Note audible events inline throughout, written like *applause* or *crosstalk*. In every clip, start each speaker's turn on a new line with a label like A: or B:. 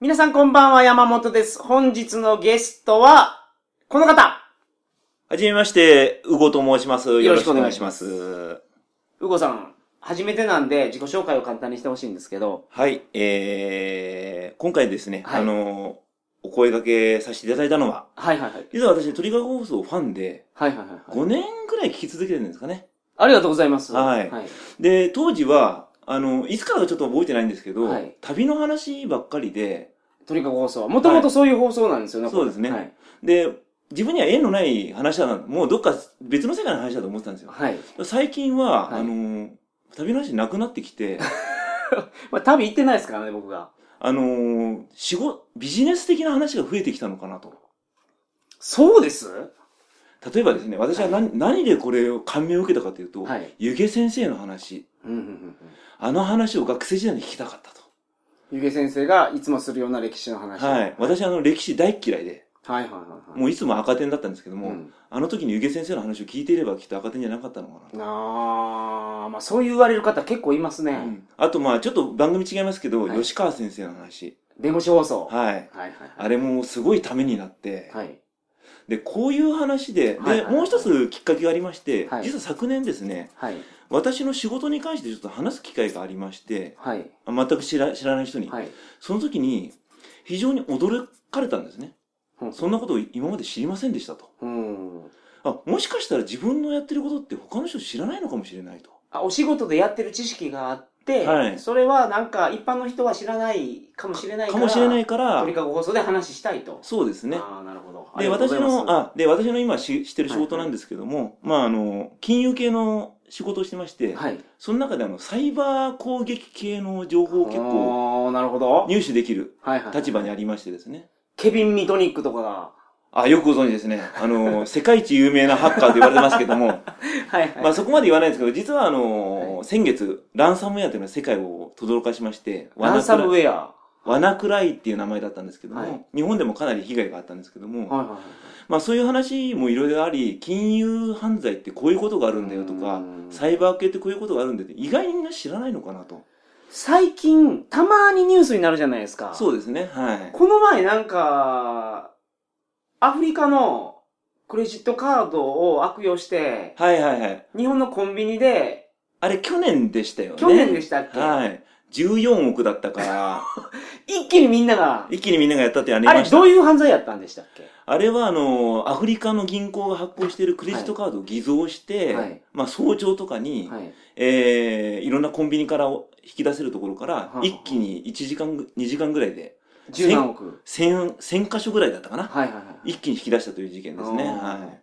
A: 皆さんこんばんは、山本です。本日のゲストは、この方
B: はじめまして、うごと申します。
A: よ
B: よ
A: ろ
B: ろ
A: し
B: し
A: く
B: く
A: お
B: お
A: 願い
B: 願い
A: し
B: し
A: ま
B: ます。
A: うごさん、初めてなんで自己紹介を簡単にしてほしいんですけど、
B: はい、えー、今回ですね、
A: はい
B: あのー、お声掛けさせていただいたのは、
A: はいはいはい。
B: 実は私、鳥川放送ファンで、
A: はいはいはい、はい。
B: 5年ぐらい聞き続けてるんですかね。
A: ありがとうございます。
B: はい
A: はい。
B: で、当時は、あの、いつからかちょっと覚えてないんですけど、
A: はい
B: 旅の話ばっかりで、
A: 鳥かご放送は、もともとそういう放送なんですよね。
B: そうですね
A: はい。
B: で、自分には縁のない話だな、もうどっか別の世界の話だと思ってたんですよ。
A: はい。
B: 最近は、
A: はい
B: あのー、旅の話なくなってきて、
A: まあ、旅行ってないですからね、僕が。
B: あのー、仕事、ビジネス的な話が増えてきたのかなと。
A: そうです
B: 例えばですね、私は何,、何でこれを感銘を受けたかというと、
A: はい。
B: 湯気先生の話、
A: うんうんうんうん。
B: あの話を学生時代に聞きたかったと。
A: ゆげ先生がいつもするような歴史の話。
B: はい。私あの歴史大っ嫌いで、
A: はいはいはいはい。
B: もういつも赤点だったんですけども、
A: うん
B: あの時に湯気先生の話を聞いていればきっと赤点じゃなかったのかなと。
A: あー、まあそう言われる方結構いますね。
B: うんあとまあちょっと番組違いますけど、
A: はい
B: 吉川先生の話。
A: 弁護士放送。
B: はい。
A: はいはいはい。
B: あれもすごいためになって、
A: はい。
B: で、こういう話で、で、
A: はいはいはい
B: もう一つきっかけがありまして、
A: はい
B: 実は昨年ですね、
A: はい。
B: 私の仕事に関してちょっと話す機会がありまして、
A: はい。
B: あ全く知ら知らない人に、
A: はい。
B: その時に非常に驚かれたんですね
A: うん。
B: そんなことを今まで知りませんでしたと。
A: うん。
B: あ、もしかしたら自分のやってることって他の人知らないのかもしれないと。
A: あ、お仕事でやってる知識があって、
B: はい
A: それはなんか一般の人は知らないかもしれないか、
B: からもしれないから
A: 鳥、かご放送で話したいと。
B: そうですね。
A: ああ、なるほど。
B: で、私の、
A: あ
B: あ、で、私の今ししてる仕事なんですけども、まあ、あの、金融系の仕事をしてまし
A: り
B: て、
A: がとうございます、
B: その中であの、サイバー攻撃系の情報を
A: はい。
B: 結構
A: あーなるほど。
B: 入手できる
A: はいはい。
B: 立場にありましてですね。
A: ケビン・ミトニックとかが、
B: あ、よくご存知ですね。
A: *laughs*
B: あの、世界一有名なハッカーと言われてますけども、
A: はいはい。
B: まあそこまで言わないんですけど、実はあのー
A: は
B: 先月、ランサムウェアというのは世界を轟かしまして、
A: ランサムウ
B: ェ
A: ェア。は
B: ア。ワナクライっていう名前だったんですけども、
A: はい
B: 日本でもかなり被害があったんですけど
A: い
B: も、
A: はいはい。
B: まあそういう話もいろいろあり、金融犯罪ってこういうことがあるんだよと
A: う
B: か
A: ん、
B: サイバー系ってこういうことがあるんだよって、意外にみんな知らないのかなと。
A: 最近、たまにニュースになるじゃないですか。
B: そうですね、はい。
A: この前なんか、アフリカのクレジットカードを悪用して、
B: はいはいはい。
A: 日本のコンビニで、
B: あれ去年でしたよね。
A: 去年でしたっけ、
B: はい。14億だっ
A: *laughs*
B: たから、
A: 一気にみんなが、
B: 一気にみんながやったってあり
A: あ
B: ま
A: れ
B: した。
A: どういう犯罪やったんでしたっけ
B: あれはあの、アフリカの銀行が発行しているクレジットカードを偽造して、
A: はい
B: まあ早朝とかに、
A: はい。
B: えー、いろんなコンビニからを引き出せるところか
A: は
B: ら
A: あは、あ
B: 一気に1時間ぐ、2時間ぐらいで、
A: 十何億。
B: 1000、1000箇所ぐらいだったかな。
A: はいはいはい。
B: 一気に引き出したという事件ですね。
A: あー
B: はい。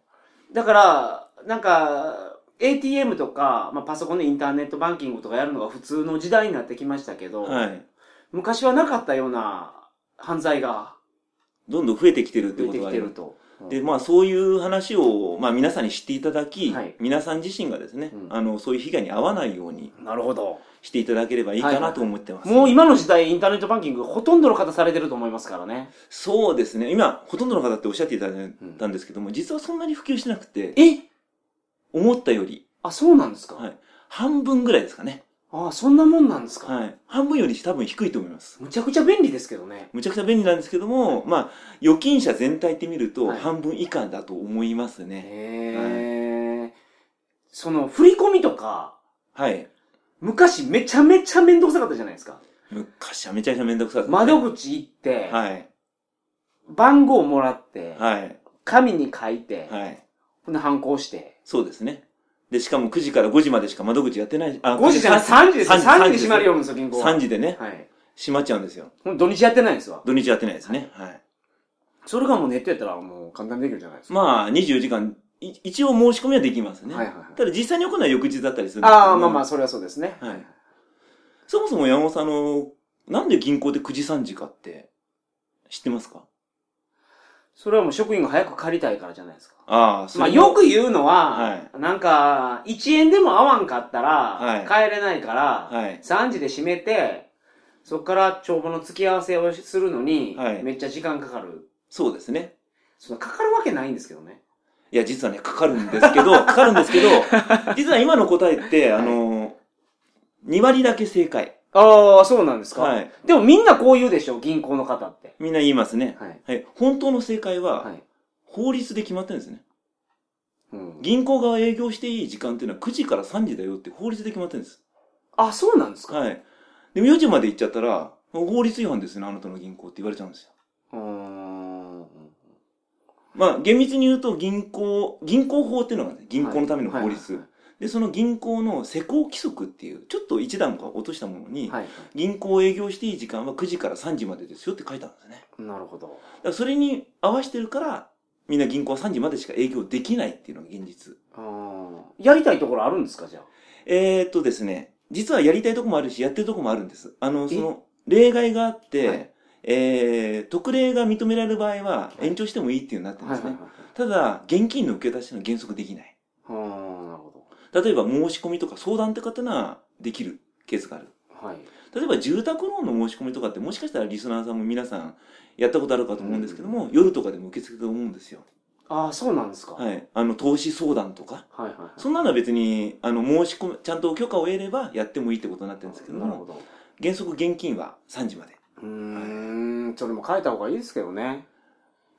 A: だから、なんか、ATM とか、まあ、パソコンでインターネットバンキングとかやるのが普通の時代になってきましたけど、
B: はい。
A: 昔はなかったような犯罪が
B: どんどん増えてきてるって
A: 出
B: こ
A: てき
B: とがあ
A: て
B: り
A: る
B: ます。
A: と。
B: で、まあそういう話を、まあ皆さんに知っていただき、
A: はい
B: 皆さん自身がですね、
A: うん
B: あの、そういう被害に遭わないように
A: なるほど。
B: していただければいいかなと思ってます。
A: もう今の時代、インターネットバンキングほとんどの方されてると思いますからね。
B: そうですね。今、ほとんどの方っておっしゃっていただいたんですけども、実はそんなに普及してなくて、
A: え
B: 思ったより、
A: あ、そうなんですか、
B: はい。半分ぐらいですかね。
A: あ、そんなもんなんですか、
B: はい。半分より多分低いと思います。
A: むちゃくちゃ便利ですけどね。
B: むちゃくちゃ便利なんですけども、まあ、預金者全体って見ると、
A: はい
B: 半分以下だと思いますね。
A: へえ、その、振り込みとか、
B: はい。
A: 昔めちゃめちゃめんどくさかったじゃないですか。
B: 昔はめちゃめちゃめんどくさかった。
A: 窓口行って、
B: はい。
A: 番号もらって、
B: はい。
A: 紙に書いて、
B: はい。
A: ほんで反抗して。
B: そうですね。で、しかも9時から5時までしか窓口やってない。あ
A: 5時じゃない、3時ですよ。3
B: 3
A: 時で
B: 3
A: 閉まるよ、うんですよ、銀行は。
B: 3時でね、
A: はい。
B: 閉まっちゃうんですよ。
A: ほんで土日やってないんですわ。
B: 土日やってないですね。はい。
A: それがもうネットやったらもう簡単にできるじゃないですか。
B: まあ、24時間、い一応申し込みはできますね。
A: はいはいはい
B: ただ実際に行うのは翌日だったりするんですけど
A: ああ、まあまあ、それはそうですね。
B: はいそもそも山本さん、あの、なんで銀行で9時3時かって、知ってますか
A: それはもう職員が早く借りたいからじゃないですか。
B: ああ、そ
A: まあ
B: れも
A: よく言うのは、
B: は
A: なんか、1円でも合わんかったら
B: はい、
A: 帰れないから、
B: はい。
A: 3時で閉めて、そこから帳簿の付き合わせをするのに、
B: はい
A: めっちゃ時間かかる。
B: そうですね。
A: そのかかるわけないんですけどね。
B: いや、実はね、かかるんで
A: *laughs*
B: すけど、かかるんですけど、実は今の答えって、あの、2割だけ正解。
A: ああ、そうなんですか、
B: はい。
A: でもみんなこう言うでしょ、銀行の方って。
B: みんな言いますね。
A: はい。
B: はい。本当の正解
A: は
B: は、
A: い。
B: 法律で決まってるんですね。
A: うん、
B: 銀行が営業していい時間っていうのは9時から3時だよって法律で決まってるんです。
A: あ、そうなんですか、
B: はい。でも4時まで行っちゃったら、法律違反ですね、あなたの銀行って言われちゃうんですよ。
A: うーん。
B: まあ、厳密に言うと銀行、銀行法っていうのがね、銀行のための法律。
A: はい
B: で、その銀行の施行規則っていう、ちょっと一段階落としたものに、
A: はいはいはいはい
B: 銀行営業していい時間は9時から3時までですよって書いてあるんですね。
A: なるほど。
B: だからそれに合わせてるから、みんな銀行は3時までしか営業できないっていうのが現実。
A: あーやりたいところあるんですかじゃあ。
B: えー、っとですね、実はやりたいとこもあるし、やってるとこもあるんです。あの、
A: え
B: その、例外があって、
A: はい
B: えー、特例が認められる場合は、
A: い
B: 延長してもいいっていうようになってるんですね。
A: はい。
B: ただ、現金の受け出しの原則できない。
A: あーなるほ
B: 例えば、申し込みとか相談って方はできるケースがある。
A: ど。はい。
B: 例えば、住宅ローンの申し込みとかって、もしかしたらリスナーさんも皆さん、やったことあるかと思うんですけども、夜とかでも受け付けると思うんですよ。
A: ああ、そうなんですか、はい、
B: はい。あの、投資相談とか。
A: はいはい。
B: そんなのは別に、あの、申し込み、ちゃんと許可を得ればやってもいいってことになってるんですけど
A: なる
B: も
A: ほ、ど。
B: 原則現金は3時まで。
A: うーん、それも変えた方がいいですけどね。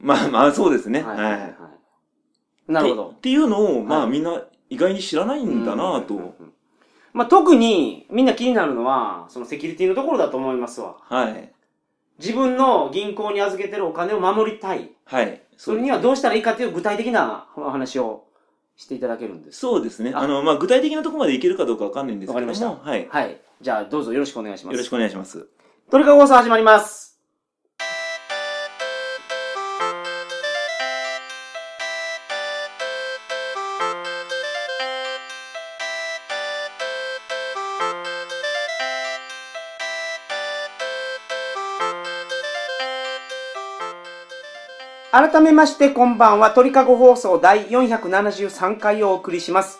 B: まあまあ、そうですね。
A: は
B: はいい。
A: はいはい。なるほ
B: って
A: ど。
B: っていうのを、ま
A: は
B: あ
A: い
B: みんな意外に知らないんだなぁ
A: うんうん
B: と。
A: うんうんまあ、特にみんな気になるのは、そのセキュリティのところだと思いますわ。
B: はい。
A: 自分の銀行に預けてるお金を守りたい。
B: はい。
A: それにはどうしたらいいかという具体的なお話をしていただけるんです。
B: そうですね。
A: あ
B: あの、まあ具体的なところまでいけるかどうかわかんないんですけども。
A: わかりました
B: はい。よ
A: はい。じゃあ、どうぞよろしくお願いします。
B: ろし
A: く。
B: くお願いします。
A: トリカゴ放送始まります。改めましてこんばんは鳥かご放送第473回をお送りします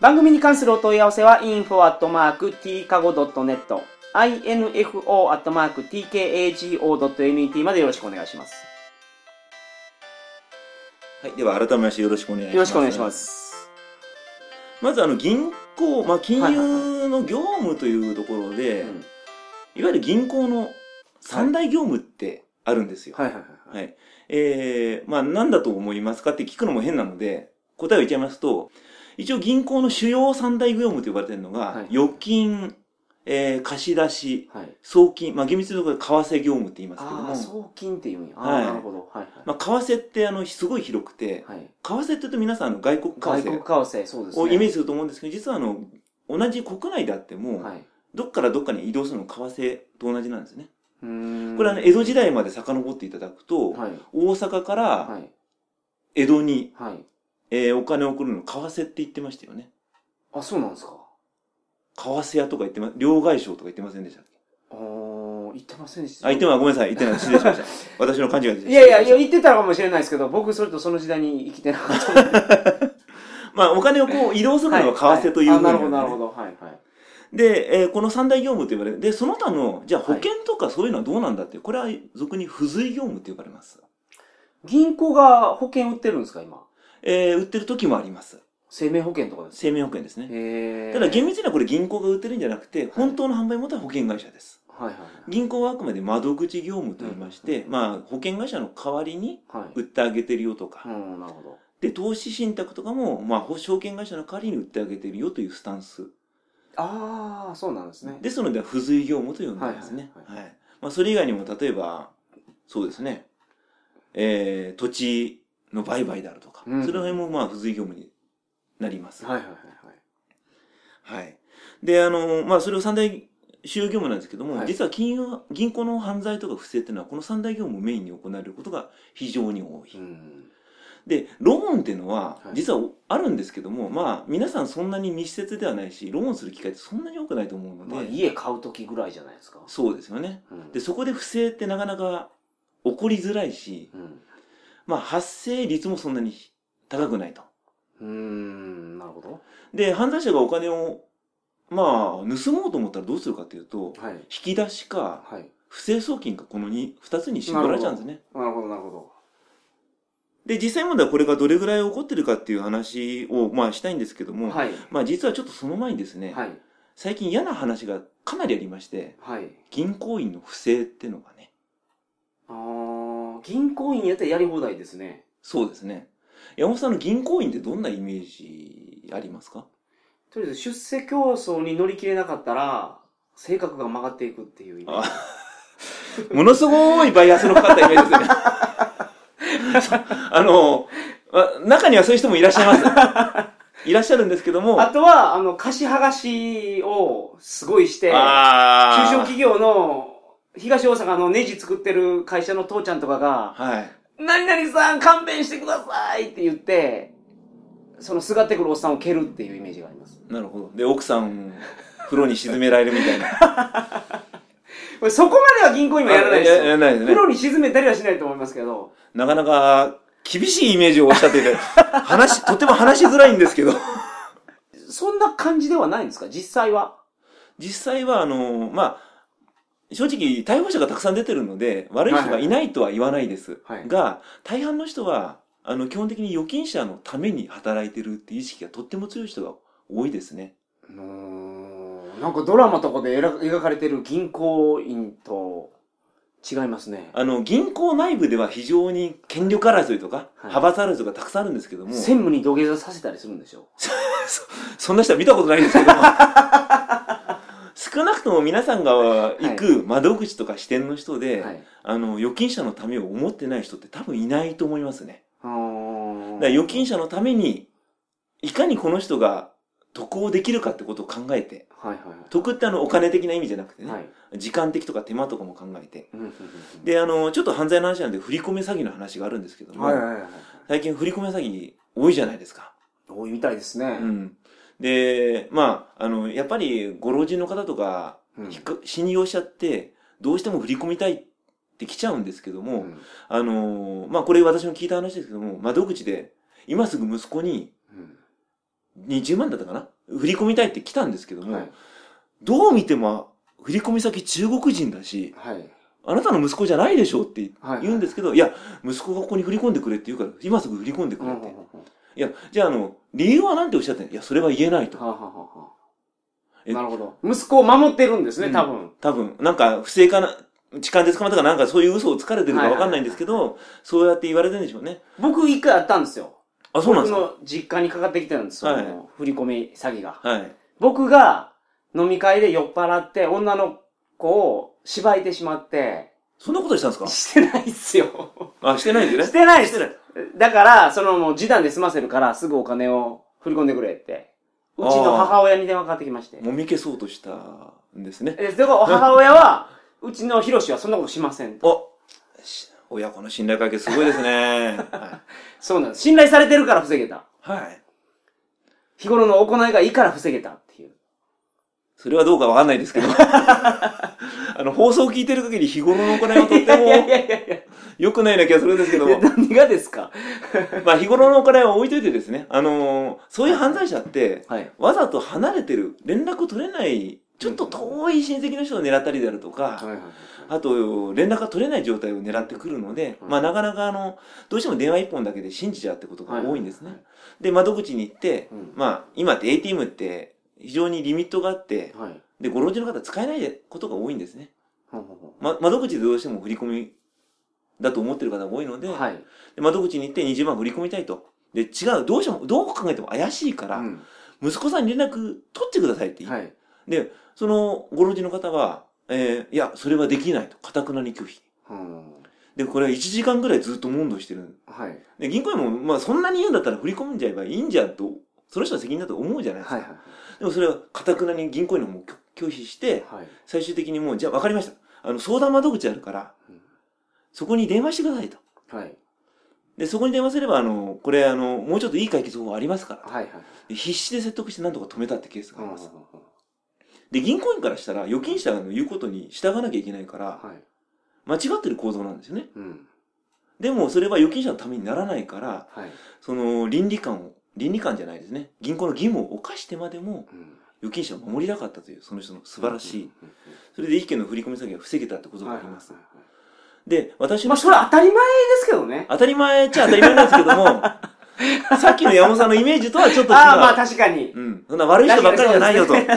A: 番組に関するお問い合わせは info.tkago.net info.tkago.net までよろしくお願いします
B: はい。では改めましてよろしくお願いします。
A: よろしくお願いしま。す
B: まずあの銀行、まあ金
A: はいはい
B: 融の業務というところで、
A: うん
B: いわゆる銀行の三大業務ってあるんですよ。
A: はいはいはい
B: はい。えー、まあ何だと思いますかって聞くのも変なので、答えを言っちゃいますと、一応銀行の主要三大業務と呼ばれてるのが、
A: はい
B: 預金、えー、貸し出し、
A: はい
B: 送金、まあ厳密に言うところで為替業務って言いますけど
A: あ
B: も
A: あ、送金っていうんやあ
B: は
A: あ
B: い
A: なるほどはい
B: まあ為替ってあの、すごい広くて、
A: はいはい
B: 為替って言うと皆さんあの外国為
A: 外国為
B: 替
A: 替そうですね
B: をイメージすると思うんですけど、実はあの、同じ国内であっても、
A: はい
B: どっからどっかに移動するの為替と同じなんですね。
A: うーん
B: これはあの江戸時代まで遡っていただくと、
A: はい
B: 大阪か
A: は
B: ら
A: い
B: 江戸に
A: はい
B: えーお金を送るの、為替って言ってましたよね。
A: あそうなんですか
B: 為替屋とか言ってま、両替商とか言ってませんでしたっけ
A: ああ言ってませんでした
B: あ、言ってま、ごめんなさい。言ってない。失礼し
A: *laughs*
B: ました。私の勘違いでした。
A: いやいやいや、言ってたかもしれないですけど、僕それとその時代に生きてなか
B: *laughs*
A: った。
B: まあ、お金をこう移動するの
A: は
B: は為替という
A: は
B: ふう
A: あな
B: に、
A: るほど、なるほど。はい、はい。
B: で、えーこの三大業務と呼ばれる。で、その他の、じゃあ保険とかそういうのはどうなんだって、これは俗に付随業務と呼ばれます。
A: 銀行が保険売ってるんですか、今。
B: えー売ってる時もあります。
A: 生命保険とかです。
B: 生命保険ですね。
A: へえ。
B: ただ厳密にはこれ銀行が売ってるんじゃなくて、本当の販売元は保険会社です。
A: はい、はい
B: 銀行はあくまで窓口業務と言いまして、まあ保険会社の代わりに
A: はい。はい。
B: 売ってあげてるよとか、
A: うん、なるほど。
B: で、投資信託とかも、まあ、保証券会社の代わりに売ってあげてるよというスタンス。
A: ああ、そうなんですね。
B: ですので、付随業務と呼んでますね。
A: はい
B: は
A: はい
B: まあ、それ以外にも、例えば、そうですね、えー、土地の売買であるとか、
A: うん
B: それ辺も、まあ、付随業務になります。
A: はい、はい、はい。
B: はい。で、あの、まあ、それを三大主要業務なんですけども、
A: はい
B: 実は金融、銀行の犯罪とか不正っていうのは、この三大業務をメインに行われることが非常に多い。
A: うん。
B: で、ローンっていうのは
A: は、い
B: 実はおあるんですけども、まあ、皆さんそんなに密接ではないし、ローンする機会ってそんなに多くないと思うので、
A: まあ、家買うときぐらいじゃないですか。
B: そうですよね。
A: うん。
B: で、そこで不正ってなかなか起こりづらいし、
A: うん。
B: まあ、発生率もそんなに高くないと。
A: うーん、なるほど。
B: で、犯罪者がお金を、まあ、盗もうと思ったらどうするかというと、
A: はい。
B: 引き出しか、
A: はい。
B: 不正送金か、この 2, 二つに絞られちゃうんですね。
A: なるほど、なるほど。
B: で、実際問題はこれがどれぐらい起こってるかっていう話を、まあ、したいんですけども、
A: はい。
B: まあ、実はちょっとその前にですね、
A: はい。
B: 最近嫌な話がかなりありまして、
A: はい。
B: 銀行員の不正ってのがね、
A: あー、銀行員やったらやり放題ですね。
B: そうですね。山本さんの銀行員ってどんなイメージありますか
A: とりあえず出世競争に乗り切れなかったら、性格が曲がっていくっていう意味。
B: あものすごいバイアスのかかったイメージですね。
A: *laughs*
B: あの、あ中にはそういう人もいらっしゃいます。いらっしゃるんですけども、
A: あとは、あの、貸し剥がしをすごいして、中
B: あ
A: 小
B: ー
A: 企業の、東大阪のネジ作ってる会社の父ちゃんとかが、
B: はい。
A: 何々さん勘弁してくださいって言って、そのすがってくるおっさんを蹴るっていうイメージがあります。
B: なるほど。で、奥さん、風呂に沈められるみたいな。
A: これそこ *laughs* までは銀行員はやらないです
B: あ
A: よ。
B: やらないです
A: 風
B: ね。
A: 呂に沈めたりはしないと思いますけど。
B: なかなか、厳しいイメージをおっしゃって *laughs* て、話、とても話しづらいんですけど。
A: そんな感じではないんですか実際は。
B: 実際は、あの、まあ、正直、逮捕者がたくさん出てるので、悪い人がいないとは言わないです。
A: はい
B: が、大半の人は、あの、基本的に預金者のために働いてるっていう意識がとっても強い人が多いですね。
A: うーんなんかドラマとかで描描かれてる銀行員と違いますね。
B: あの、銀行内部では非常に権力争いとか、
A: はい
B: 派閥争いがたくさんあるんですけども、
A: 専務に土下座させたりするんでしょ
B: そんな人は見たことないんですけど *laughs* も。少なくとも皆さんが行く窓口とか支店の人で、
A: はい。
B: あの、預金者のためを思ってない人って多分いないと思いますね。
A: うーん
B: だから預金者のために、いかにこの人が得をできるかってことを考えて、
A: はいはい
B: 得ってあの、お金的な意味じゃなくてね、
A: はい。はい。
B: 時間的とか手間とかも考えて。
A: うんうん
B: で、あの、ちょっと犯罪の話なんで、振り込め詐欺の話があるんですけど
A: うん
B: も、
A: はいはいはいはい。
B: 最近振り込め詐欺多いじゃないですか。
A: 多いみたいですね
B: う。ん。で、まあ、あの、やっぱりご老人の方とか、
A: うん
B: ひっか信用しちゃって、どうしても振り込みたいって来ちゃうんですけど
A: う
B: も、
A: ん
B: あのーまあ、これ私の聞いた話ですけども、窓口で、今すぐ息子に20万だったかな振り込みたいって来たんですけど
A: うん
B: も、
A: はい。
B: どう見ても、振り込み先中国人だし、
A: はい。
B: あなたの息子じゃないでしょうって
A: はい
B: 言うんですけど、いや、息子がここに振り込んでくれって言うから、今すぐ振り込んでく
A: うん
B: れ
A: う
B: っ
A: んうん
B: て。
A: はい
B: や、じゃあ、あの、理由はなんておっしゃってんのいや、それは言えないと
A: あ。はあはあはあ
B: え
A: なるほど。息子を守ってるんですね、
B: うん
A: 多分。
B: 多分、なんか不正かな、痴漢で捕まったかなんかそういう嘘をつかれてるかわかんないんですけど、そうやって言われてるんでしょうね。
A: 僕一回あったんですよ。
B: あ、そうなんです
A: 僕
B: か
A: の実家にかかってきてるんですよ。
B: はい
A: その振り込み詐欺が。
B: はい。
A: 僕が飲み会で酔っ払って女の子を縛いてしまって、
B: そんなことしたんです
A: してないっすよ。
B: かあ、してないんで
A: し
B: すね。
A: てないっ
B: して
A: す。
B: ない。
A: だから、そのもう示談で済ませるからすぐお金を振り込んでくれって。うち
B: あ
A: の
B: ー
A: 母親に電話かかってきまして。
B: もみ消そうとしたんですね。
A: え、だから母親は、うちのヒロシはそんなことしませんと。
B: おし親子の信頼関係すごいですね。 *laughs* は
A: そうなんです。信頼されてるから防げた。
B: い。はい。
A: 日頃の行いがいいから防げたって *laughs* いう。
B: それはどうかわかんないですけど。 *laughs* あの、放送を聞いてる限り日頃の行いはとっ
A: いやいやい
B: ても
A: やいやいや。
B: 良くないような気がするんですけども
A: で。何がですか
B: まあ日頃の行いは置いといてですね。あのーそういう犯罪者って、
A: はい。
B: わざと離れてる、連絡取れない、ちょっと遠い親戚の人を狙ったりであるとか、
A: はいはい。
B: あと、連絡が取れない状態を狙ってくるので、
A: うん
B: まあなかなかあの、どうしても電話一本だけで信じちゃうってことが多いんですね。
A: はいは
B: で、窓口に行って、
A: うん
B: まあ今って ATM って非常にリミットがあって、
A: はい。
B: で、ご老人の方使えないことが多いんですね。
A: ほんほんほん
B: ま、窓口でどうしても振り込みだと思ってる方が多いので、
A: はい。
B: で窓口に行って20万振り込みたいと。で、違う、どうしても、どう考えても怪しいから、
A: うん
B: 息子さんに連絡取ってくださいって言って
A: はい。
B: で、そのご老人の方は、えーいや、それはできないと、かたくなに拒否。
A: うん
B: で、これは1時間ぐらいずっと問答してる。
A: はい。
B: で、銀行員も、まあ、そんなに言うんだったら振り込んじゃえばいいんじゃんと、その人の責任だと思うじゃないですか。
A: はいはい
B: でもそれは、かたくなに銀行員の方も拒拒否して、
A: はい。
B: 最終的にもう、じゃあ分かりました。あの、相談窓口あるから
A: うん、
B: そこに電話してくださいと。
A: はい。
B: で、そこに電話すれば、あの、これ、あの、もうちょっといい解決方法ありますから。
A: はいはい。
B: で必死で説得して何とか止めたってケースがあります。
A: は
B: で、銀行員からしたら、預金者の言うことに従わなきゃいけないから、
A: い。
B: 間違ってる構造なんですよね。
A: うん。
B: でもそれは預金者のためにならないから、
A: はい。
B: その倫理観を、倫理観じゃないですね。銀行の義務を犯してまでも預金者を守りたかったという、その人の素晴らしい。。それで一件の振り込み詐欺が防げたってことがあります。。で、私
A: ま
B: の
A: あ、それ当たり前ですけどね。
B: 当たり前っちゃ当たり前なんですけども、
A: *laughs*
B: さっきの山本さんのイメージとはちょっと違う。
A: ああ、まあ確かに。
B: うん。そんな悪い人ばっかりじゃないよと。
A: 確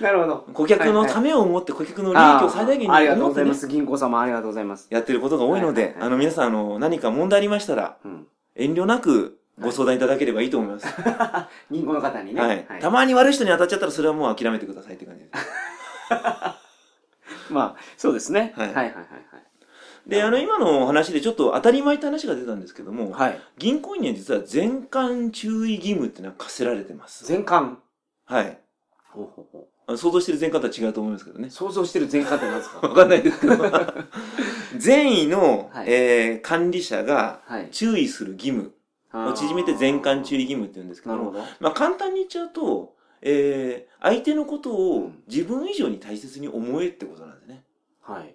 A: *laughs* なるほど。
B: *laughs* 顧客のためを思って顧客の利益を最大限に
A: あーありがとうご
B: 思っ
A: ざ
B: て
A: い
B: ね
A: ます。銀行様、ありがとうございます。
B: やってることが多いの
A: はい
B: で
A: は、いはい
B: あの皆さんあの何か問題ありましたら
A: うん。
B: 遠慮なくご相談いただければいいと思います。
A: 銀行の方にね。
B: はい。たまに悪い人に当たっちゃったらそれはもう諦めてくださいって感じです。
A: まあ、そうですね。は
B: はいい
A: はいはい
B: で、あの今のお話でちょっと当たり前って話が出たんですけども、
A: はい。はい。
B: 銀行員には実は全館注意義務っていうのは課せられてます。
A: 全館。
B: はい。
A: ほうほうほ
B: あの想像してる全館とは違うと思いますけどね
A: う。。想像してる全館って何です
B: わ
A: か
B: かんな
A: *laughs*
B: いですけど。善意の、
A: はい
B: えー管理者が *laughs*
A: はい。
B: 注意する義務を縮めて全館注意義務って言うんですけ
A: な
B: ど
A: るほ
B: も、
A: ど。
B: まあ簡単に言っちゃうと、えー相手のこと
A: う
B: を
A: ん
B: 自分以上に大切に思えってことなんですね。
A: はい。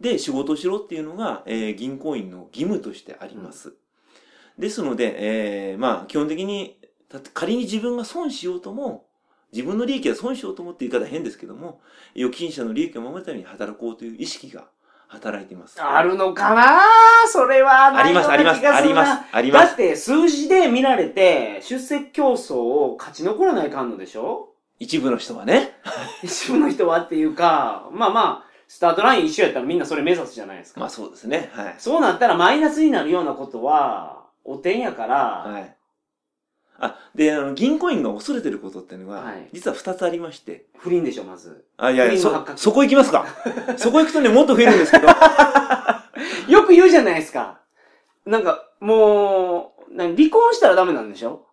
B: で、仕事をしろっていうのが、えー銀行員の義務としてあります。ですので、えーまあ、基本的に、た仮に自分が損しようとも、自分の利益が損しようともって言い方は変ですけども、預金者の利益を守るために働こうという意識が働いています。
A: あるのかなそれは
B: あ
A: ない
B: り
A: よ
B: ま
A: う
B: す、
A: な気
B: あり
A: が
B: ますす、
A: るな。
B: あります、ありま
A: だ
B: す
A: っ。て、数字で見られて、出席競争を勝ち残らないかんのでし
B: *laughs*
A: ょ
B: 一部の人はね。
A: 一部の人はっていうか、まあまあ、スタートライン一緒やったらみんなそれ目指すじゃないですか。
B: まあそうですね。はい。
A: そうなったらマイナスになるようなことは、おてんやから、
B: はい。あ、で、あの、銀行員が恐れてることっていうのは、
A: はい
B: 実は二つありまして。
A: 不倫でしょ、まず。
B: あ、いやいや、
A: 不倫の
B: そ
A: 発、覚
B: そこ行きますか。そこ行くとね、もっと増えるんですけど。
A: よく言うじゃないですか。なんか、もう、な離婚したらダメなんでしょ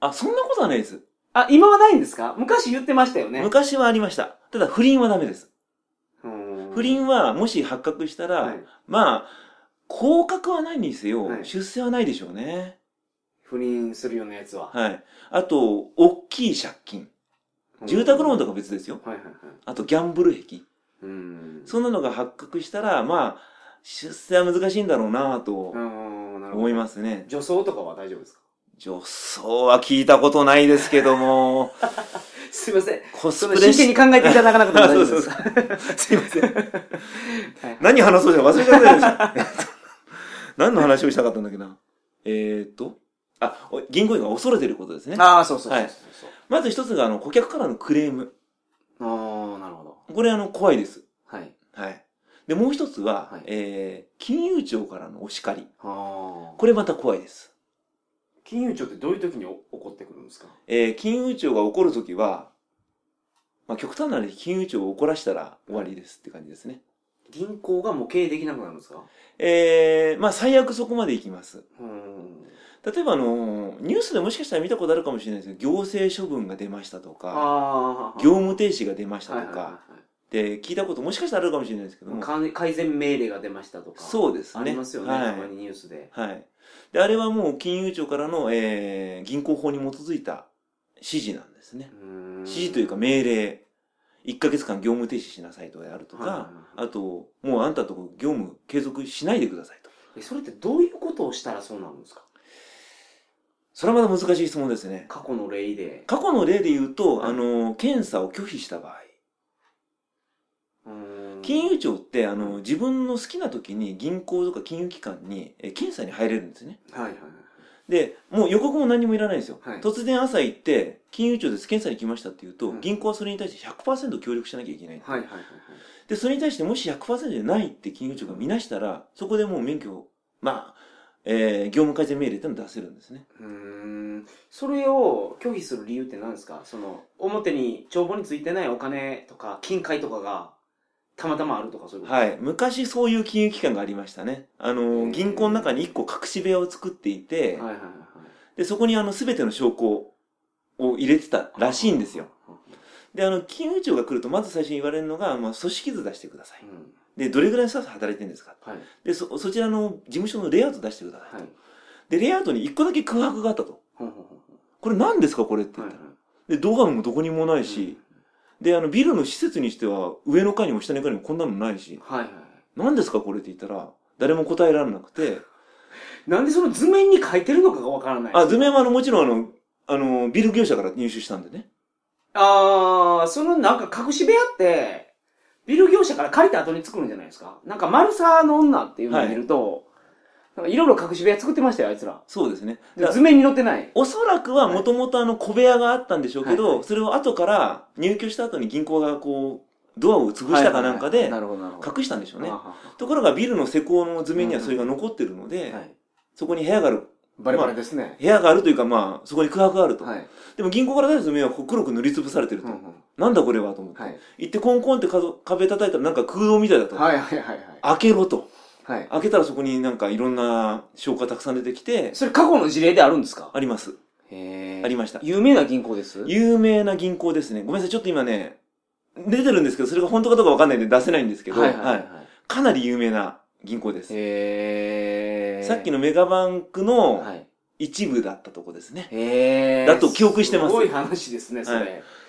B: あ、そんなことはないです。
A: あ、今はないんですか昔言ってましたよね。
B: 昔はありました。ただ、不倫はダメです。
A: うん
B: 不倫は、もし発覚したら、
A: はい
B: まあ、降格はないにせよ、
A: はい
B: 出世はないでしょうね。
A: 不倫するようなやつは。
B: はい。あと、大きい借金。住宅ローン
A: と
B: とか別ですよ。
A: はいはいはい。
B: あと、ギャンブル壁。
A: うん。
B: そんなのが発覚したら、まあ、出世は難しいんだろうなぁと
A: うーん、なるほど。
B: 思いますね。
A: 女装とかは大丈夫ですか
B: 女装は聞いたことないですけども、
A: すいません。
B: コス
A: *laughs* そ
B: プ
A: の
B: レ
A: 真
B: し
A: 剣に考えていただかなくても大
B: *laughs*
A: 丈夫です。
B: あ
A: *laughs*
B: すいません。
A: はい
B: 何話そうじゃ忘れちゃったでしょ。 *laughs* 何の話をしたかったんだっけな。えーっと、あ、お銀行員が恐れてることですね。
A: ああ、そうそうそうそうそう。
B: まず一つが、あの、顧客からのクレーム。
A: ああ、なるほど。
B: これ、あの、怖いです。
A: はい。
B: はい。で、もう一つは、
A: はい
B: えー、金融庁からのお叱り。
A: ああ。
B: これまた怖いです。
A: 金融庁ってどういう時にお起こってくるんですか
B: えー、金融庁が怒るときは、まあ、極端なので金融庁を怒らしたら終わりですって感じですね。
A: 銀行がもう経営できなくなるんですか
B: えー、まあ、最悪そこまでいきます。
A: うーん。
B: 例えば、あの、ニュースでもしかしたら見たことあるかもしれないですけど、行政処分が出ましたとか、
A: ああ。
B: 業務停止が出ました
A: はいは
B: と
A: い
B: か、
A: はいはい
B: で、聞いたこともしかしたらあるかもしれないですけども、
A: か改善命令が出ましたとか。う
B: そうですね。
A: ありますよね、
B: は
A: たまに
B: い。
A: ニュースで。
B: はい。で、あれはもう金融庁からの、えー、銀行法に基づいた指示なんですね。
A: 指
B: 指示という
A: か、
B: か命令。1ヶ月間業務停止しなさいとかあると
A: はいはい
B: か、
A: はい
B: あと、もうあんたとこ業務継続しないでくださいと。
A: えそれってどういうことをしたらそうなるんですか
B: それはまだ難しい質問ですね。
A: 過去の例で。
B: 過去の例で言うと、
A: はい
B: あの、検査を拒否した場合、
A: うーん
B: 金融庁って、あ
A: うん
B: の、自分の好きな時に銀行とか金融機関に、えー検査に入れるんですね。
A: はいはいはい。
B: で、もう予告も何もいらないんですよ。
A: はい
B: 突然朝行って、金融庁です検査に来ましたって言うと、
A: うん
B: 銀行はそれに対して100%協力しなきゃいけない。
A: はいはいはいはい。
B: で、それに対してもし100%でないって金融庁が見なしたら、そこでもう免許を、まあ、えー業務改善命令ってのを出せるんですね。
A: うーんそれを拒否する理由って何ですかその表に帳簿についてないお金とか金塊とかがたまたまあるとかそういうこと
B: はい。昔そういう金融機関がありましたね。あ
A: う
B: の、
A: ん
B: 銀行の中に1個隠し部屋を作っていて、
A: はいはいはい
B: で、そこにあの、すべての証拠を入れてたらしいんですよ。で、あの、金融庁が来ると、まず最初に言われるのが、まあ、組織図出してください。
A: うん
B: で、どれぐらいのスタッフ働いてるんですか
A: はい
B: で、そ、そちらの事務所のレイアウト出してくださいと。
A: はい
B: で、レイアウトに一個だけ空白があったと。
A: ほんほんほんほん
B: これ何ですかこれって言
A: は
B: っ
A: い
B: たら。で、動画もどこにもないし、で、あの、ビルの施設にしては、上の階にも下の階にもこんなのないし、
A: はいはい
B: 何ですかこれって言ったら、誰も答えられなくて、
A: なんでその図面に書いてるのかがわからない
B: あ、図面はあの、もちろんあの、あの、ビル業者から入手したんでね。
A: あーそのなんか隠し部屋ってビル業者から借りた後に作るんじゃないですかなんか「マルサーの女」っていうのを見ると、なんかいろいろ隠し部屋作ってましたよ、あいつら。
B: そうですね。
A: で図面に載ってない。
B: おそらくはもともとあの小部屋があったんでしょうけど、
A: はいは
B: それを後から入居した後に銀行がこう、ドアを潰したかなんか
A: はい
B: で
A: はいはいなるほど、なるほど。
B: 隠したんでしょうね
A: あ。はは
B: ところがビルの施工の図面にはそれが残ってるので、
A: はい
B: そこに部屋がある、
A: バレバレですね。
B: 部屋があるというかまあ、そこに空白があると。
A: はい。
B: でも銀行から出た図面はこう黒く塗りつぶされてると。
A: うんうん
B: なんだこれはと思って。
A: はい。
B: 行ってコンコンってかぞ壁叩いたらなんか空洞みたいだと。
A: はいはいはいはい。
B: 開けろと。
A: はい。
B: 開けたらそこになんかいろんな証拠がたくさん出てきて、
A: それ過去の事例であるんですか
B: あります。
A: へー
B: ありました
A: 有名な銀行です
B: 有名な銀行ですね。ごめんなさい、ちょっと今ね、出てるんですけど、それが本当かどうかわかんないんで出せないんですけど、
A: はいはいはい、
B: はいかなり有名な銀行です。
A: へー
B: さっきのメガバンクの
A: はい。
B: 一部だったとこですね。
A: へー
B: だと記憶してます
A: すごい話ですね、それ。
B: は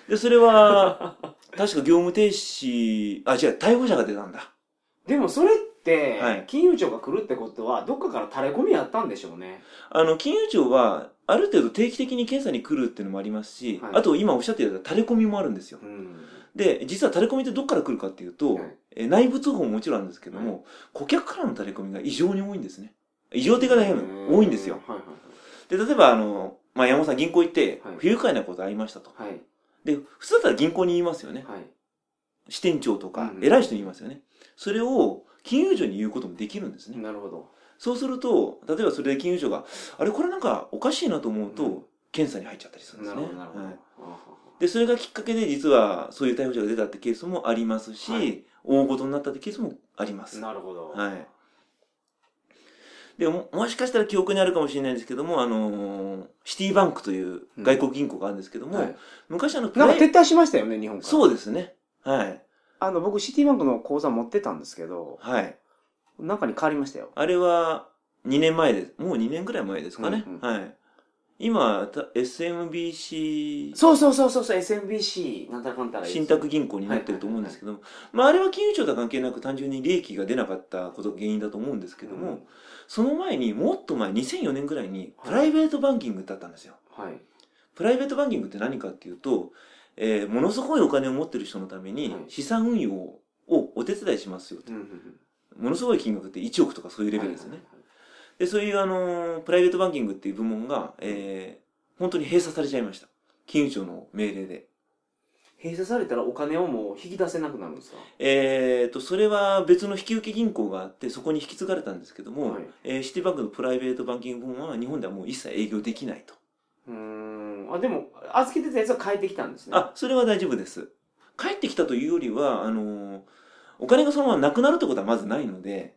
B: で、それ
A: *laughs*
B: は、確か業務停止、あ、違う、逮捕者が出たんだ。
A: でもそれって、
B: はい
A: 金融庁が来るってことは、どっかから垂れ込みあったんでしょうね。
B: あの、金融庁は、ある程度定期的に検査に来るっていうのもありますし、
A: はい
B: あと今おっしゃっていただいた垂れ込みもあるんですよ。
A: うん。
B: で、実は垂れ込みってどっから来るかっていうと、
A: はい
B: えー内部通報ももちろんあるんですけども、顧客からの垂れ込みが異常に多いんですね。異常って言い方変な多いんですよ。
A: はい
B: で、例えばあの、まあ、山本さん銀行行って
A: はい、
B: 不愉快なことありましたと。
A: はいはい。
B: で、普通だったら銀行に言いますよね。
A: はい。はい。
B: 支店長とか
A: う、ん
B: 偉い人に言いますよね。それを金融庁に言うこともできるんですね。
A: なるほど。
B: そうすると、例えばそれで金融庁が、あれこれなんかおかしいなと思うと、検査に入っちゃったりするんで
A: な
B: す
A: る
B: ね。
A: ほど、なるほど。は
B: は
A: いい
B: で、それがきっかけで実はそういう逮捕者が出たってケースもありますし、
A: はい
B: 大事になったってケースもあります。
A: なるほど。
B: はい。でも、もしかしたら記憶にあるかもしれないんですけども、あのーシティバンクという外国銀行があるんですけども、
A: はい
B: 昔あの、プ
A: なん
B: ラ
A: か
B: イ
A: 撤退しましたよね、日本から。
B: そうですね。はい。
A: あの、僕、シティバンクの口座持ってたんですけど、
B: はい。
A: 中に変わりましたよ。
B: あれは、2年前です。もう2年ぐらい前ですかね。
A: うんうん
B: はい。今、た SMBC、
A: そうそうそうそうそう、SMBC、なんたらかんたら。
B: 信託銀行になってると思うんですけども、まあ、あれは金融庁とは関係なく単純に利益が出なかったことが原因だと思うんですけども、
A: うん
B: その前に、もっと前、2004年ぐらいに、
A: はい
B: プライベートバンキングだったんですよ。
A: はい。
B: プライベートバンキングって何かっていうと、えーものすごいお金を持ってる人のために
A: はい
B: 資産運用をお手伝いしますよと。
A: うんうんうん
B: ものすごい金額って1億とかそういうレベルですよね。。で、そういうあのープライベートバンキングっていう部門が、えー本当に閉鎖されちゃいました。金融庁の命令で。
A: 閉鎖されたらお金をもう引き出せなくなるんですか
B: えーと、それは別の引き受け銀行があって、そこに引き継がれたんですけども、
A: はい
B: えーシティバンクのプライベートバンキング部門は日本ではもう一切営業できないと。
A: うーん。あ、でも、預けてたやつは変えてきたんですね。
B: あ、それは大丈夫です。帰ってきたというよりは、あのーお金がそのままなくなるってことはまずないので、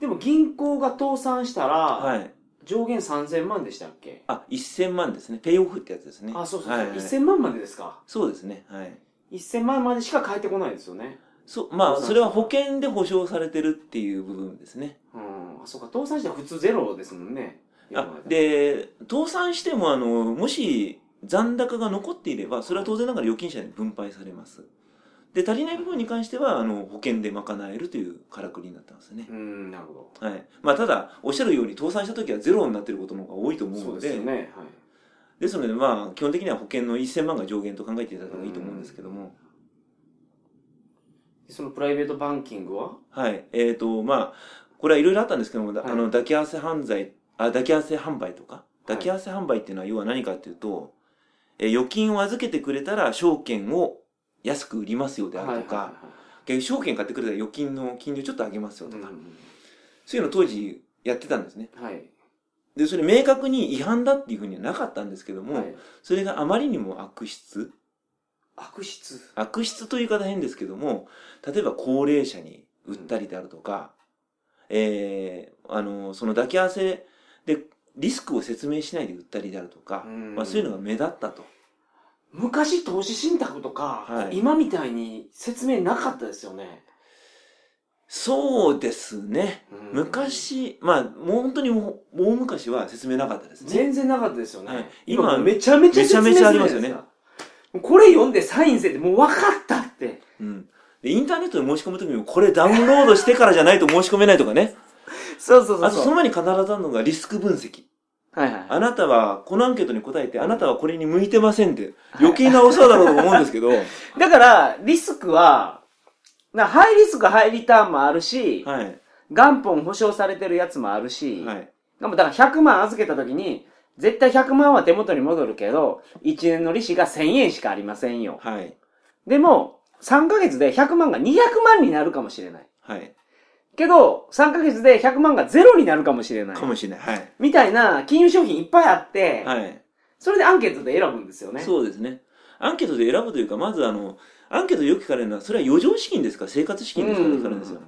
A: でも銀行が倒産したら、
B: はい。
A: 上限3000万でしたっけ
B: あ、1000万ですね。ペイオフってやつですね。
A: あ、そうそうそう、
B: はいはい
A: 1000万までですか。
B: そうですね。はい。
A: 1000万までしか返ってこないですよね。
B: そう、ま
A: そ
B: あ、
A: うそう
B: それは保険で保証されてるっていう部分ですね。
A: うん。あ、そうか、倒産したら普通ゼロですもんね。
B: あ、で、倒産しても、あの、もし残高が残っていれば、それは当然ながら預金者に分配されます。で、足りない部分に関しては、あの、保険で賄えるというからくりになったんですね
A: う。ん、なるほ
B: はい。まあ、ただ、おっしゃるように、倒産した時はゼロになってることの方が多いと
A: ど。
B: 思う
A: そうで
B: の
A: す
B: で、
A: よね。はい。
B: ですので、まあ、基本的には保険の1000万が上限と考えていただいた方がいいと思うんですけども、
A: そのプライベートバンキングは
B: はい。えっ、と、まあ、これはいろいろあったんですけども、だ
A: はい
B: あの、抱き合わせ犯罪、あ、抱き合わせ販売とか、
A: い
B: 抱き合わせ販売っていうのは要は何かっていうと、えー預金を預けてくれたら証券を安く売りますよであるとか、
A: はい
B: で証券買ってくれたら預金の金利をちょっと上げますよ
A: はい
B: と
A: はいは
B: か、
A: い
B: そういうの当時やってたんですね。
A: うんはい
B: で、それ明確に違反だっていうふうにはなかったんですけども、
A: はい
B: それがあまりにも悪質、
A: 悪質
B: 悪質という言い方変ですけども、例えば高齢者に売ったりであるとか、えーあの、その抱き合わせでリスクを説明しないで売ったりであるとか、まあ、そういうのが目立ったと。
A: 昔投資信託とか、
B: はい
A: 今みたいに説明なかったですよね、
B: そうですね。
A: うん
B: 昔、まあ、もう本当にもう大昔は説明なかったですね。
A: 全然なかったですよね、
B: はい
A: 今
B: 今
A: めちゃめちゃ説明
B: めちゃめちゃあり
A: る
B: ま
A: じ
B: す
A: ゃ
B: よ
A: な
B: ね
A: いですかこれ読んでサインせってもう分かったって
B: うん。で、インターネットで申し込むときにも、これダウンロードしてからじゃないと申し込めないとかね。
A: そうそう
B: あと、その前に必ずあるのがリスク分析。
A: はいはい
B: あなたは、このアンケートに答えて、あなたはこれに向いてませんって、
A: はい
B: 余計なお世話だろうと思うんですけど、
A: だからリスクはなハイリスクハイリターンもあるし、
B: はい。
A: 元本保証されてるやつもあるし、
B: はい。
A: でもだから100万預けた時に、絶対100万は手元に戻るけど、1年の利子が1000円しかありませんよ。
B: はい。
A: でも、3ヶ月で100万が200万になるかもしれない。
B: はい。
A: けど、3ヶ月で100万がゼロになるかもしれない。
B: かもしれない。はい。
A: みたいな金融商品いっぱいあって、
B: はい。
A: それでアンケートで選ぶんですよね。
B: そうですね。アンケートで選ぶというか、まずあの、アンケートでよく聞かれるのは、それは余剰資金ですか生活資金ですかって聞かれるんですよ。
A: うん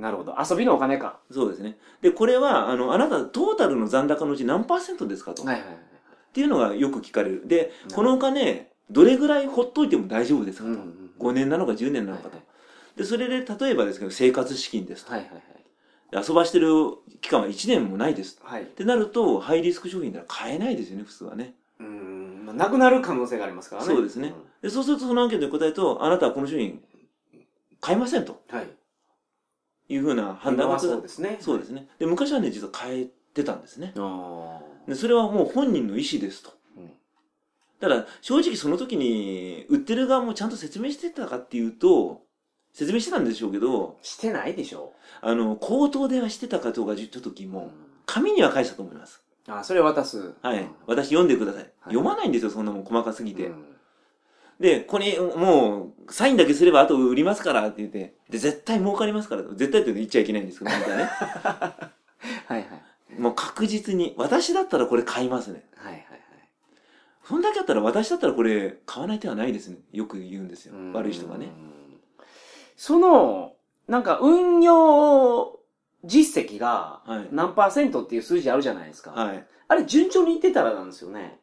A: なるほど。遊びのお金か。
B: そうですね。で、これは、あの、あなたトータルの残高のうち何パーセントですかと。
A: はいはいはい。
B: っていうのがよく聞かれる。で
A: ほ、ど
B: このお金、どれぐらいほっといても大丈夫ですか
A: うんうん
B: と。
A: うん
B: 5年なのか10年なの
A: は
B: か
A: い
B: と
A: は。
B: で、それで、例えばですけど、生活資金ですと。
A: はいはいはい。
B: で遊ばしてる期間は1年もないです。
A: はい。
B: ってなると、ハイリスク商品なら買えないですよね、普通はね。
A: うーん。まあなくなる可能性がありますからね。
B: そうですねで、そうするとそのアンケートに答えると、あなたはこの商品、買いませんと
A: うん。はい。
B: いうふうな判
A: 今
B: 断が
A: は
B: 下
A: そう
B: さ
A: ですね。。
B: そうですすね。で、昔はね、実は変えてたんですね。
A: ああ。
B: で、それはもう本人の意思ですと。
A: うん
B: ただ、正直その時に、売ってる側もちゃんと説明してたかっていうと、説明してたんでしょうけど、
A: してないでしょ。
B: あの、口頭ではしてたかどうかちょっと疑
A: う
B: 問。紙には返したと思います。
A: ん。あ、それ渡す。
B: はい。
A: うん
B: 私読んでください。読まないんですよ、そんなもん細かすぎて。で、ここに、もう、サインだけすれば、あと売りますからって言って、で、絶対儲かりますから、絶対って言っちゃいけないんです *laughs* けど、本当はね。
A: はいはい。
B: もう確実に、私だったらこれ買いますね。
A: はいはいはい。
B: そんだけあったら、私だったらこれ買わない手はないですね。よく言うんですよ。悪い人がね
A: う。ん。その、なんか運用実績が
B: はい
A: 何パーセントっていう数字あるじゃないですか。
B: はい。
A: あれ順調にいってたらなんですよね。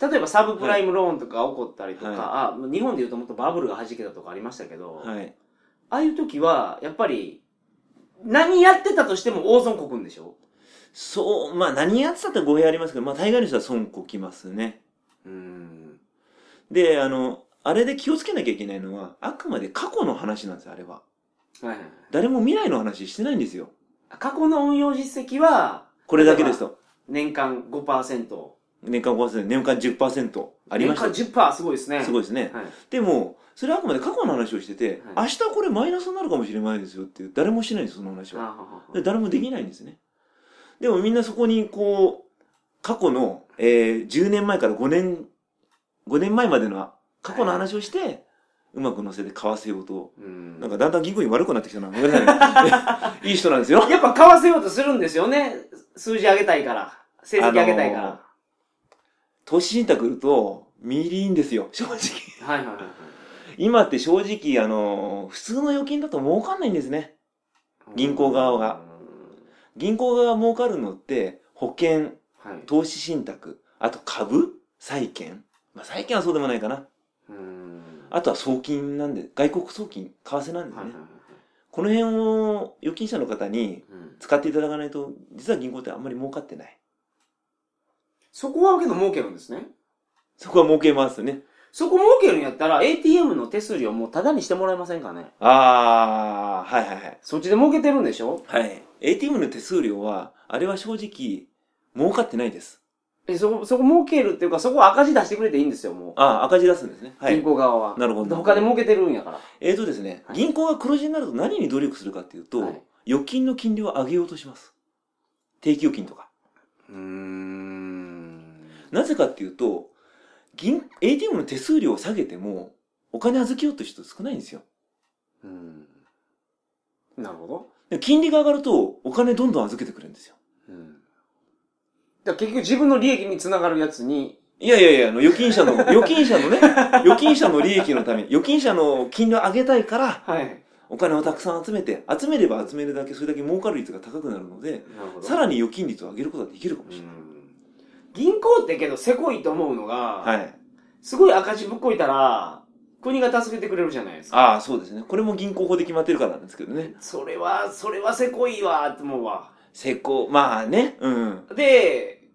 A: 例えばサブプライムローンとか起こったりとか、
B: はい
A: あ、日本で言うともっとバブルが弾けたとかありましたけど、
B: はい。
A: ああいう時は、やっぱり、何やってたとしても大損こくんでしょ
B: そう、まあ何やってたって語弊ありますけど、まあ大概の人は損こきますね。
A: うん。
B: で、あの、あれで気をつけなきゃいけないのは、あくまで過去の話なんですよ、あれは。
A: はいはい。
B: 誰も未来の話してないんですよ。
A: 過去の運用実績は、
B: これだけですと。
A: 年間5%。
B: 年間5%、年間10%ありました。
A: 年間10%すごいですね。
B: すごいですね。
A: はい。
B: でも、それはあくまで過去の話をしてて、
A: はい
B: 明日これマイナスになるかもしれないですよっていう、誰もしないんです、その話
A: あは
B: は。
A: はは
B: で誰もできないんですね。でもみんなそこに、こう、過去の、えー、10年前から5年、5年前までの過去の話をして、うまく乗せて買わせようと。
A: うん
B: なんかだんだん銀行員悪くなってきたな。ごめんなさ
A: *laughs*
B: い。いい人なんですよ。
A: やっぱ買わせようとするんですよね。数字上げたいから。成績上げたいから。
B: 投資信託売ると、見入りいいんですよ、正直。
A: はいはいはいはい。
B: 今って正直、あの、普通の預金だと儲かんないんですね。銀行側が銀行が儲かるのって、保険、
A: うん。はい。
B: 投資信託、あと株、債券。まあ、債券はそうでもないかな。
A: うん。
B: あとは送金なんで、外国送金、為替なんですね。
A: はいはいはい
B: この辺を預金者の方に
A: うん
B: 使っていただかないと、実は銀行ってあんまり儲かってない。
A: そこはけど儲けるんですね。
B: そこは儲けますね。
A: そこ儲けるんやったら ATM の手数料もうタダにしてもらえませんかね
B: あー、はいはいはい。
A: そっちで儲けてるんでしょ
B: はい。ATM の手数料は、あれは正直、儲かってないです。
A: え、そこ、そこ儲けるっていうか、そこは赤字出してくれていいんですよ、もう。
B: ああ、赤字出すんですね。はい
A: 銀。行側は。
B: なるほど
A: 他で儲けてるんやから。
B: えーとですね、
A: はい
B: 銀行が黒字になると何に努力するかっていうと、
A: はい
B: 預金の金利を上げようとします。定期預金とか。
A: うーん。
B: なぜかっていうと、銀、ATM の手数料を下げても、お金預けようとして人少ないんですよ。
A: うん。なるほど。
B: で金利が上がると、お金どんどん預けてくれるんですよ。
A: うん。だから結局自分の利益につながるやつに、
B: いやいやいや、あの、預金
A: *laughs*
B: 者の、預金者のね、預金者の利益のために、預金者の金利を上げたいから、
A: はい。
B: お金をたくさん集めて、集めれば集めるだけ、それだけ儲かる率が高くなるので、
A: なるほど。
B: さらに預金率を上げることができるかも
A: う
B: しれない。
A: ん銀行ってけど、せこいと思うのが、
B: はい。
A: すごい赤字ぶっこいたら、国が助けてくれるじゃないですか。
B: ああ、そうですね。これも銀行法で決まってるからなんですけどね。
A: それは、それはせこいわ、って思うわ。
B: 成功、まあね、うん。
A: で、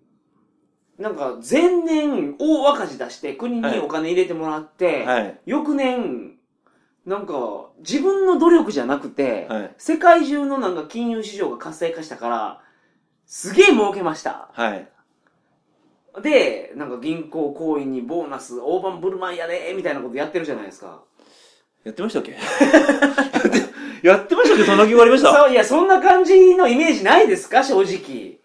A: なんか、前年、大赤字出して、国
B: はい
A: にお金入れてもらって、
B: はい。
A: 翌年、なんか、自分の努力じゃなくて、
B: はい。
A: 世界中のなんか金融市場が活性化したから、すげえ儲けました。
B: はい。
A: で、なんか銀行行員にボーナス、大盤ブルマンやで、みたいなことやってるじゃないですか。
B: やってましたっけやって *laughs* やってましたけど、そんな気がありました
A: そう、いや、そんな感じのイメージないですか正直。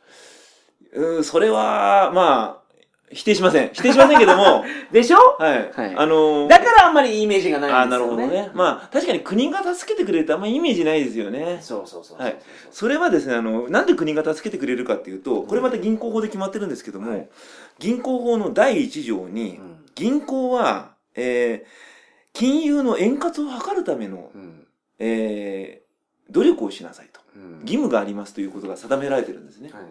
B: うん、それは、まあ、否定しません。否定しませ
A: *laughs*
B: んけども、
A: でしょ
B: はい。
A: はい
B: あのー
A: だからあんまりいいイメージがな
B: あ
A: い
B: ー
A: ん
B: な
A: です
B: る
A: よね。
B: ほどね。まあ、確かに国が助けてくれるってあんまりイメージないですよね。
A: そうそうそうそう。
B: はいそれはですね、あの、なんで国が助けてくれるかっていうと、これまた銀行法で決まってるんですけども、
A: はい
B: 銀行法の第1条に、
A: うん
B: 銀行は、えー金融の円滑を図るための、
A: うん
B: えー努力をしなさいと。
A: うん
B: 義務がありますということが定められてるんですね。
A: はい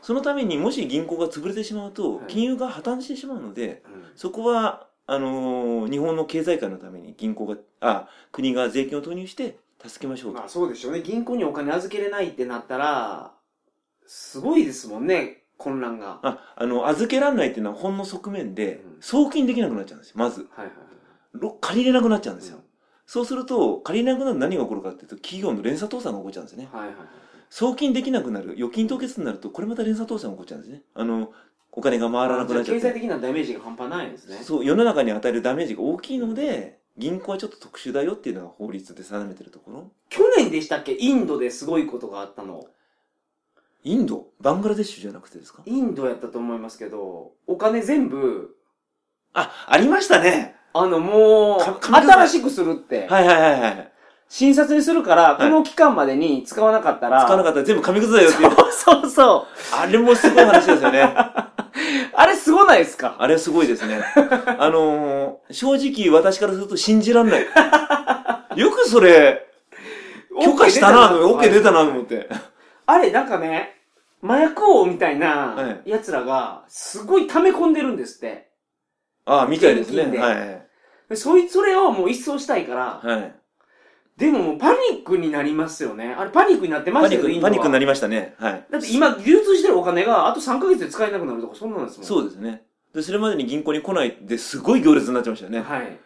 B: そのためにもし銀行が潰れてしまうと
A: はい、
B: 金融が破綻してしまうので、
A: うん
B: そこは、あのー日本の経済界のために銀行が、あ、国が税金を投入して助けましょうと
A: ま。あそうでしょうね。銀行にお金預けれないってなったら、すごいですもんね、混乱が。
B: あ、あの、預けられないっていうのはほんの側面で
A: うん、
B: 送金できなくなっちゃうんですよ、まず。
A: はいはいはい。
B: ろ借りれなくなっちゃうんですよ。
A: うん
B: そうすると、借りれなくなると何が起こるかっていうと、企業の連鎖倒産が起こっちゃうんですね。
A: はいはいはい。
B: 送金できなくなる、預金凍結になると、これまた連鎖倒産が起こっちゃうんですね。あの、お金が回らなくなっちゃ
A: 経
B: っ
A: 済
B: て。
A: 的なダメージが半端ないですね。
B: そう、世の中に与えるダメージが大きいので、銀行はちょっと特殊だよっていうのが法律で定めてるところ。
A: 去年でしたっけインドですごいことがあったの。
B: インドバングラデシュじゃなくてですか
A: インドやったと思いますけど、お金全部、
B: あ、ありましたね
A: あの、もう、
B: か紙の
A: 新しくするって。
B: はいはいはいはい。
A: 診察にするから、
B: い
A: この期間までに使わなかったら。
B: 使わなかったら全部紙くずだよっていう。
A: そうそうそう。
B: *laughs* あれもすごい話ですよね。
A: あれすごないですか
B: あれすごいですね。あのー、正直私からすると信じらんない。よくそれ、許可したな、 *laughs* オッケー出たなと思って。
A: あれ、なんかね、麻薬王みたいな
B: は
A: 奴らが、すごい溜め込んでるんですって。
B: ああ、みたいですね。
A: 現金で
B: はい。
A: でそいつ、それをもう一掃したいから、
B: はい。
A: でももうパニックになりますよね。あれパニックになってま
B: パ
A: した
B: ニ
A: よ
B: ック、パニックにな
A: り
B: りましたね。はい。
A: だって今、流通してるお金が、あと3ヶ月で使えなくなるとか、そんなんですもん。
B: そうですね。で、それまでに銀行に来ないって、すごい行列になっちゃいましたよね。
A: はい。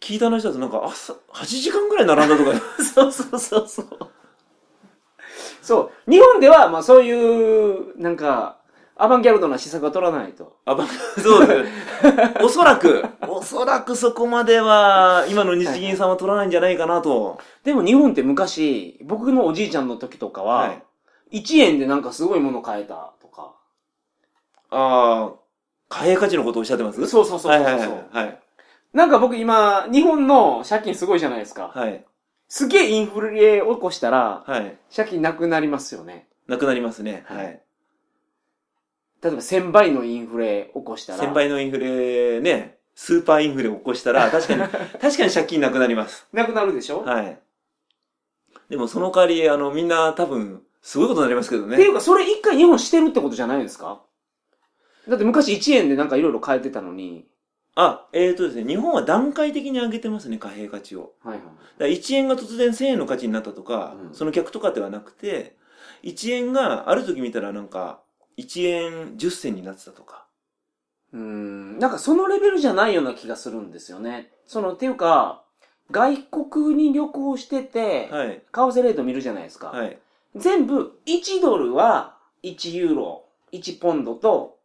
B: 聞いた話だとなんか朝、8時間ぐらい並んだとか。
A: *laughs* そうそうそうそう。そう。日本では、まあそういう、なんか、アバンギャルドな施策は取らないと。
B: あ、ば、そうです。 *laughs* おそらく、おそらくそこまでは、今の日銀さんは取らないんじゃないかなと。
A: でも日本って昔、僕のおじいちゃんの時とか
B: は
A: は、
B: い。
A: 1円でなんかすごいもの買えたとか。
B: ああ、貨幣価値のことをおっしゃってます
A: そうそうそうそう
B: は
A: そ、
B: いうはいはいはい。
A: なんか僕今、日本の借金すごいじゃないですか。
B: はい。
A: すげえインフレ起こしたら、
B: はい。
A: 借金なくなりますよね。
B: なくなりますね。
A: は
B: はいい。
A: 例えば1000倍のインフレ起こしたら。
B: 先輩のインフレね、スーパーインフレを起こしたら、確かに、確かに借金なくなります。
A: なくなるでしょ、
B: はい。でもその代わり、あの、みんな多分、すごいことになりますけど
A: ってい
B: ね。
A: うか、それ一回日本してるってことじゃないですかだって昔1円でなんかいろいろ変えてたのに。
B: あ、えーとですね、日本は段階的に上げてますね、貨幣価値を。
A: はいはい。
B: だから1円が突然1000円の価値になったとか、
A: うん
B: その逆とかではなくて、1円がある時見たらなんか、1円10銭になってたとか。
A: うーん。なんかそのレベルじゃないような気がするんですよね。その、っていうか、外国に旅行してて、
B: はい。
A: 為替レート見るじゃないですか。
B: はい。
A: 全部、1ドルは1ユーロ、1ポンドと、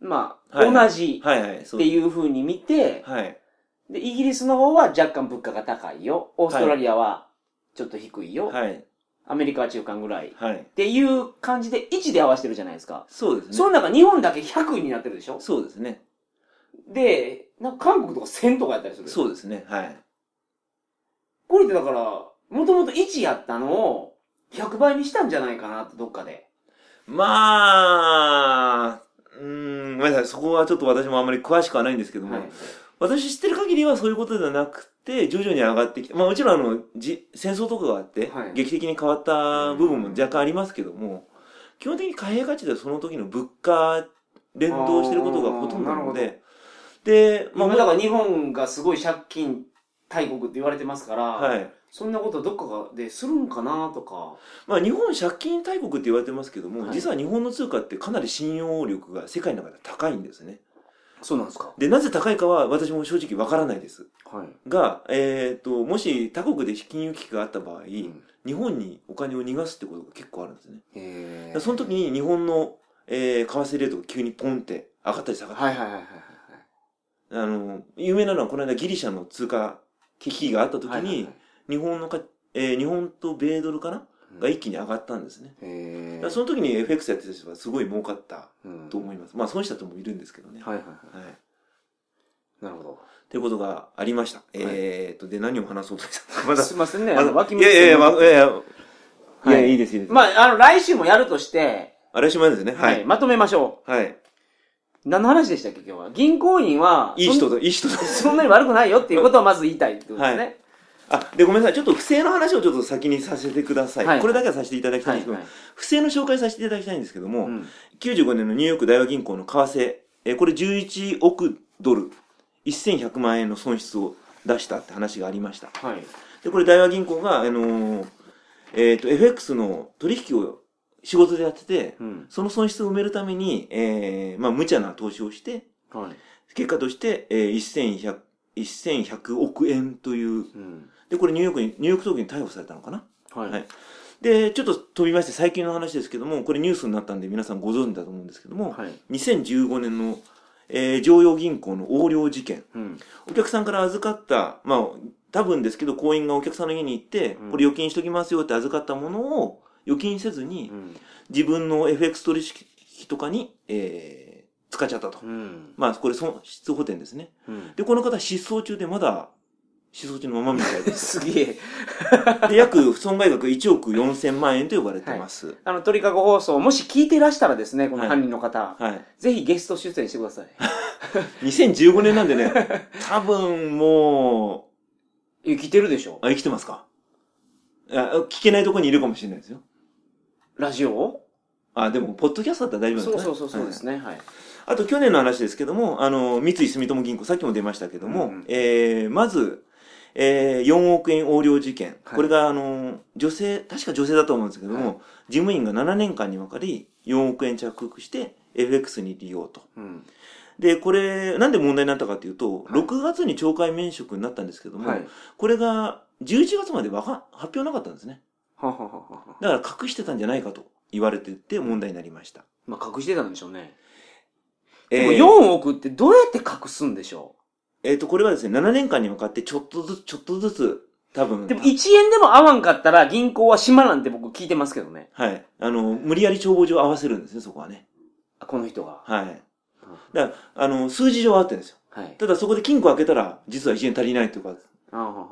A: まあ、
B: はい
A: 同じ
B: はいはい、そ
A: っ
B: うで
A: て
B: す。
A: いう風に見て、
B: はい。
A: で、イギリスの方は若干物価が高いよ。オーストラリアはちょっと低いよ。
B: はい。
A: アメリカは中間ぐらい。っ
B: はい。
A: ていう感じで1で合わせてるじゃないですか。
B: そうですね。
A: その中日本だけ100になってるでしょ
B: そうですね。
A: で、なんか韓国とか1000とかやったりする。
B: そうですね。はい。
A: これってだから、もともと1やったのを100倍にしたんじゃないかなってどっかで。
B: まあ、うーん、ごめんなさい。そこはちょっと私もあんまり詳しくはないんですけども、
A: はい。
B: 私知ってる限りはそういうことではなくて、徐々に上がってきて、まあもちろんあの、じ戦争とかがあって、
A: はい
B: 劇的に変わった部分も若干ありますけども、基本的に貨幣価値ではその時の物価連動してることがほとんどな
A: あ
B: の
A: ーなる
B: で、で、
A: ま
B: まあ、
A: あ、
B: も
A: だから日本がすごい借金大国って言われてますから、
B: はい。
A: そんなことどっかがでするんかなとか。
B: まあ、日本借金大国って言われてますけども、
A: はい
B: 実は日本の通貨ってかなり信用力が世界の中で高いんですね。
A: そうなんですか。
B: で、なぜ高いかは私も正直わからないです。
A: はい。
B: が、えっ、と、もし他国で金融危機があった場合、日本にお金を逃がすってことが結構あるんですね。だ
A: へ
B: からその時に日本の、えー、為替レートが急にポンって上がったり下がったり。
A: はいはいはいはい。
B: あの、有名なのはこの間ギリシャの通貨危機があった時に、日本のかえー日本と米ドルかなが一気に上がったんですね。だからその時に FX やってた人はすごい儲かったと思います。まあ損した人もいるんですけどね。
A: はいはいはい。
B: はい。
A: なるほど。
B: ということがありました。えーっと、で、何を話そうとした
A: *laughs*
B: のまだ
A: すいませんね。
B: ま
A: あ
B: だ
A: の脇
B: い
A: 道
B: やいやいや、まいやいや、い
A: は
B: や
A: い
B: いいです、いいです。
A: まあ、あの、来週もやるとして、
B: あれしまいですね。は
A: はいい。。まとめましょ
B: はい。
A: う。何の話でしたっけ、今日は。銀行員は、
B: いい人だ、いい人だ。
A: そん。 *laughs* そんなに悪くないよっていうことをまず言いたいってことですね。
B: あ、で、ごめんなさい。ちょっと不正の話をちょっと先にさせてください。
A: はい
B: これだけはさせていただきたいんですけど、
A: はい
B: 不正の紹介させていただきたいんですけども、
A: うん
B: 95年のニューヨーク大和銀行の為替、えーこれ11億ドル、1100万円の損失を出したって話がありました。
A: はい。
B: で、これ大和銀行が、あのーえっ、と、FX の取引を仕事でやってて、
A: うん。
B: その損失を埋めるために、えーまあ、無茶な投資をして、
A: はい。
B: 結果として、えー1100、1100億円という、
A: うん。
B: で、これニューヨークに、ニューヨーク当局に逮捕されたのかな
A: はい。
B: はいで、ちょっと飛びまして最近の話ですけども、これニュースになったんで皆さんご存知だと思うんですけども、
A: はい。
B: 2015年の、えー常用銀行の横領事件。
A: うん。
B: お客さんから預かった、まあ、多分ですけど、行員がお客さんの家に行って、
A: うん
B: これ預金しときますよって預かったものを、預金せずに
A: う、ん。
B: 自分の FX 取引とかに、えー使っちゃったと。
A: うん。
B: まあ、これ損失補填ですね。
A: うん。
B: で、この方失踪中でまだ、失踪中のままみたいで
A: *laughs*
B: す。
A: すげえ。
B: で、約損害額1億4千万円と呼ばれてます。
A: あの、鳥かご放送、もし聞いてらしたらですね、この犯人の方、
B: はい
A: ぜひゲスト出演してください。
B: 2015年なん
A: *laughs*
B: でね、多分も
A: 生きてるでしょ
B: う、あ、生きてますかあ聞けないとこにいるかもしれないですよ。
A: ラジオを
B: あ、でも、ポッドキャストだったら大丈夫な
A: そ
B: んで
A: う
B: す
A: そ
B: ね。
A: うそうそうです
B: ね。
A: ね。はい。
B: あと、去年の話ですけども、あの、三井住友銀行、さっきも出ましたけど
A: う
B: も、
A: んうん
B: えー、まず、えー、4億円横領事件。
A: はい
B: これが、あの、女性、確か女性だと思うんですけども、
A: はい
B: 事務員が7年間にわかり、4億円着服して、FX に利用と。
A: うん。
B: で、これ、なんで問題になったかというと、
A: はい
B: 6月に懲戒免職になったんですけども、
A: はい。
B: これが11月までわか発表なかったんですね。
A: ははははは。
B: だから隠してたんじゃないかと言われてて問題になりました。
A: まあ、隠してたんでしょうね。
B: え
A: で
B: ー
A: も4億ってどうやって隠すんでしょ
B: えっ、と、これはですね、7年間に向かってちょっとずつ、ちょっとずつ、多分。
A: うでも1円でも合わんかったら銀行は島なんて僕聞いてますけどね。
B: はい。あの、無理やり帳簿上合わせるんですね、そこはね。
A: あこの人が。
B: はい。
A: うん
B: だから、あの、数字上合ってるんですよ。
A: はい。
B: ただそこで金庫開けたら、実は1円足りないとか、
A: あははは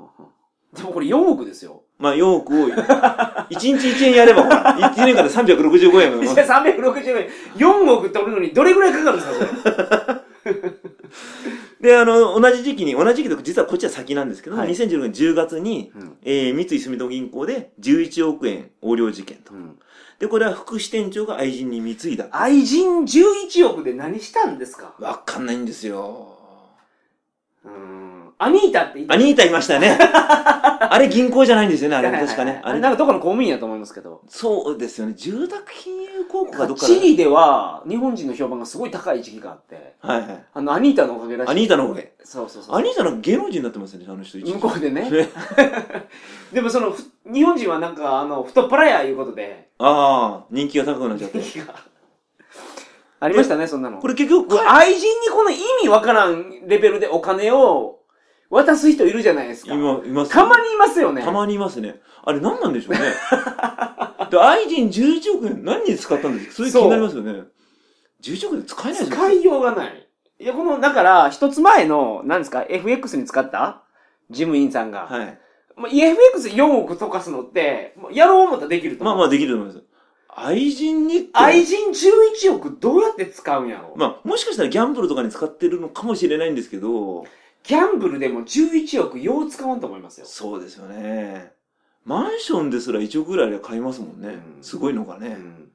A: でもこれ4億ですよ。
B: まあ、4
A: *laughs*
B: 億を、1日1円やれば、ほら、1年間で365円
A: いや、
B: も。
A: 360円。4億取るのにどれぐらいかかるんですか、それ。
B: で、あの、同じ時期に、同じ時期と実はこっちは先なんですけども、
A: はい
B: 2016年10月に、
A: うん。
B: えー、三井住友銀行で11億円横領事件と。
A: うん。
B: で、これは副支店長が愛人に貢いだ。
A: 愛人11億で何したんですか
B: わかんないんですよ。
A: うーん。アニータって言っ
B: ア
A: た
B: ニータいました *laughs* ね。あれ銀行じゃないんですよね、あれ確
A: は
B: か
A: いはいはい
B: ね。
A: あ
B: あ
A: れ
B: れ
A: なんかどこの公務員やと思いますけど。
B: そうですよね。住宅金融公庫かどっか
A: チ
B: で。
A: リでは、日本人の評判がすごい高い時期があって、
B: はいはい。
A: あの、アニータのおかげらしい。
B: アニータのおかげ。
A: そうそうそう。
B: アニータなんか芸能人になってますよね、あの人一時
A: 向こうでね。
B: ね。
A: *laughs* でもその、ふ日本人はなんか、あの、太っ腹やいうことで、
B: ああ、人気が高くなっちゃ *laughs* って。
A: ありましたね、そんなの。
B: これ結局、
A: これ愛人にこの意味わからんレベルでお金を渡す人いるじゃないですか。
B: 今、いますよ
A: たまにいますよね。
B: たまにいますね。あれ何なんでしょうね。 *laughs* で、愛人11億円何に使ったんですかそれ気になりますよね。11億円使えないですよ。
A: 使いようがない。いや、この、だから、一つ前の、何ですか、FX に使った事務員さんが。
B: はい。
A: まあ、EFX4 億溶かすのって、もうやろう思ったらできると
B: ま
A: 思
B: あ
A: う。
B: まあできると思います。愛人にって
A: 愛人11億どうやって使うんやろ、
B: まあ、もしかしたらギャンブルとかに使ってるのかもしれないんですけど、
A: ギャンブルでも11億よう使わんと思いますよ。
B: そうですよね。マンションですら1億ぐらいで買いますもんね。
A: うん
B: すごいのがね。
A: うん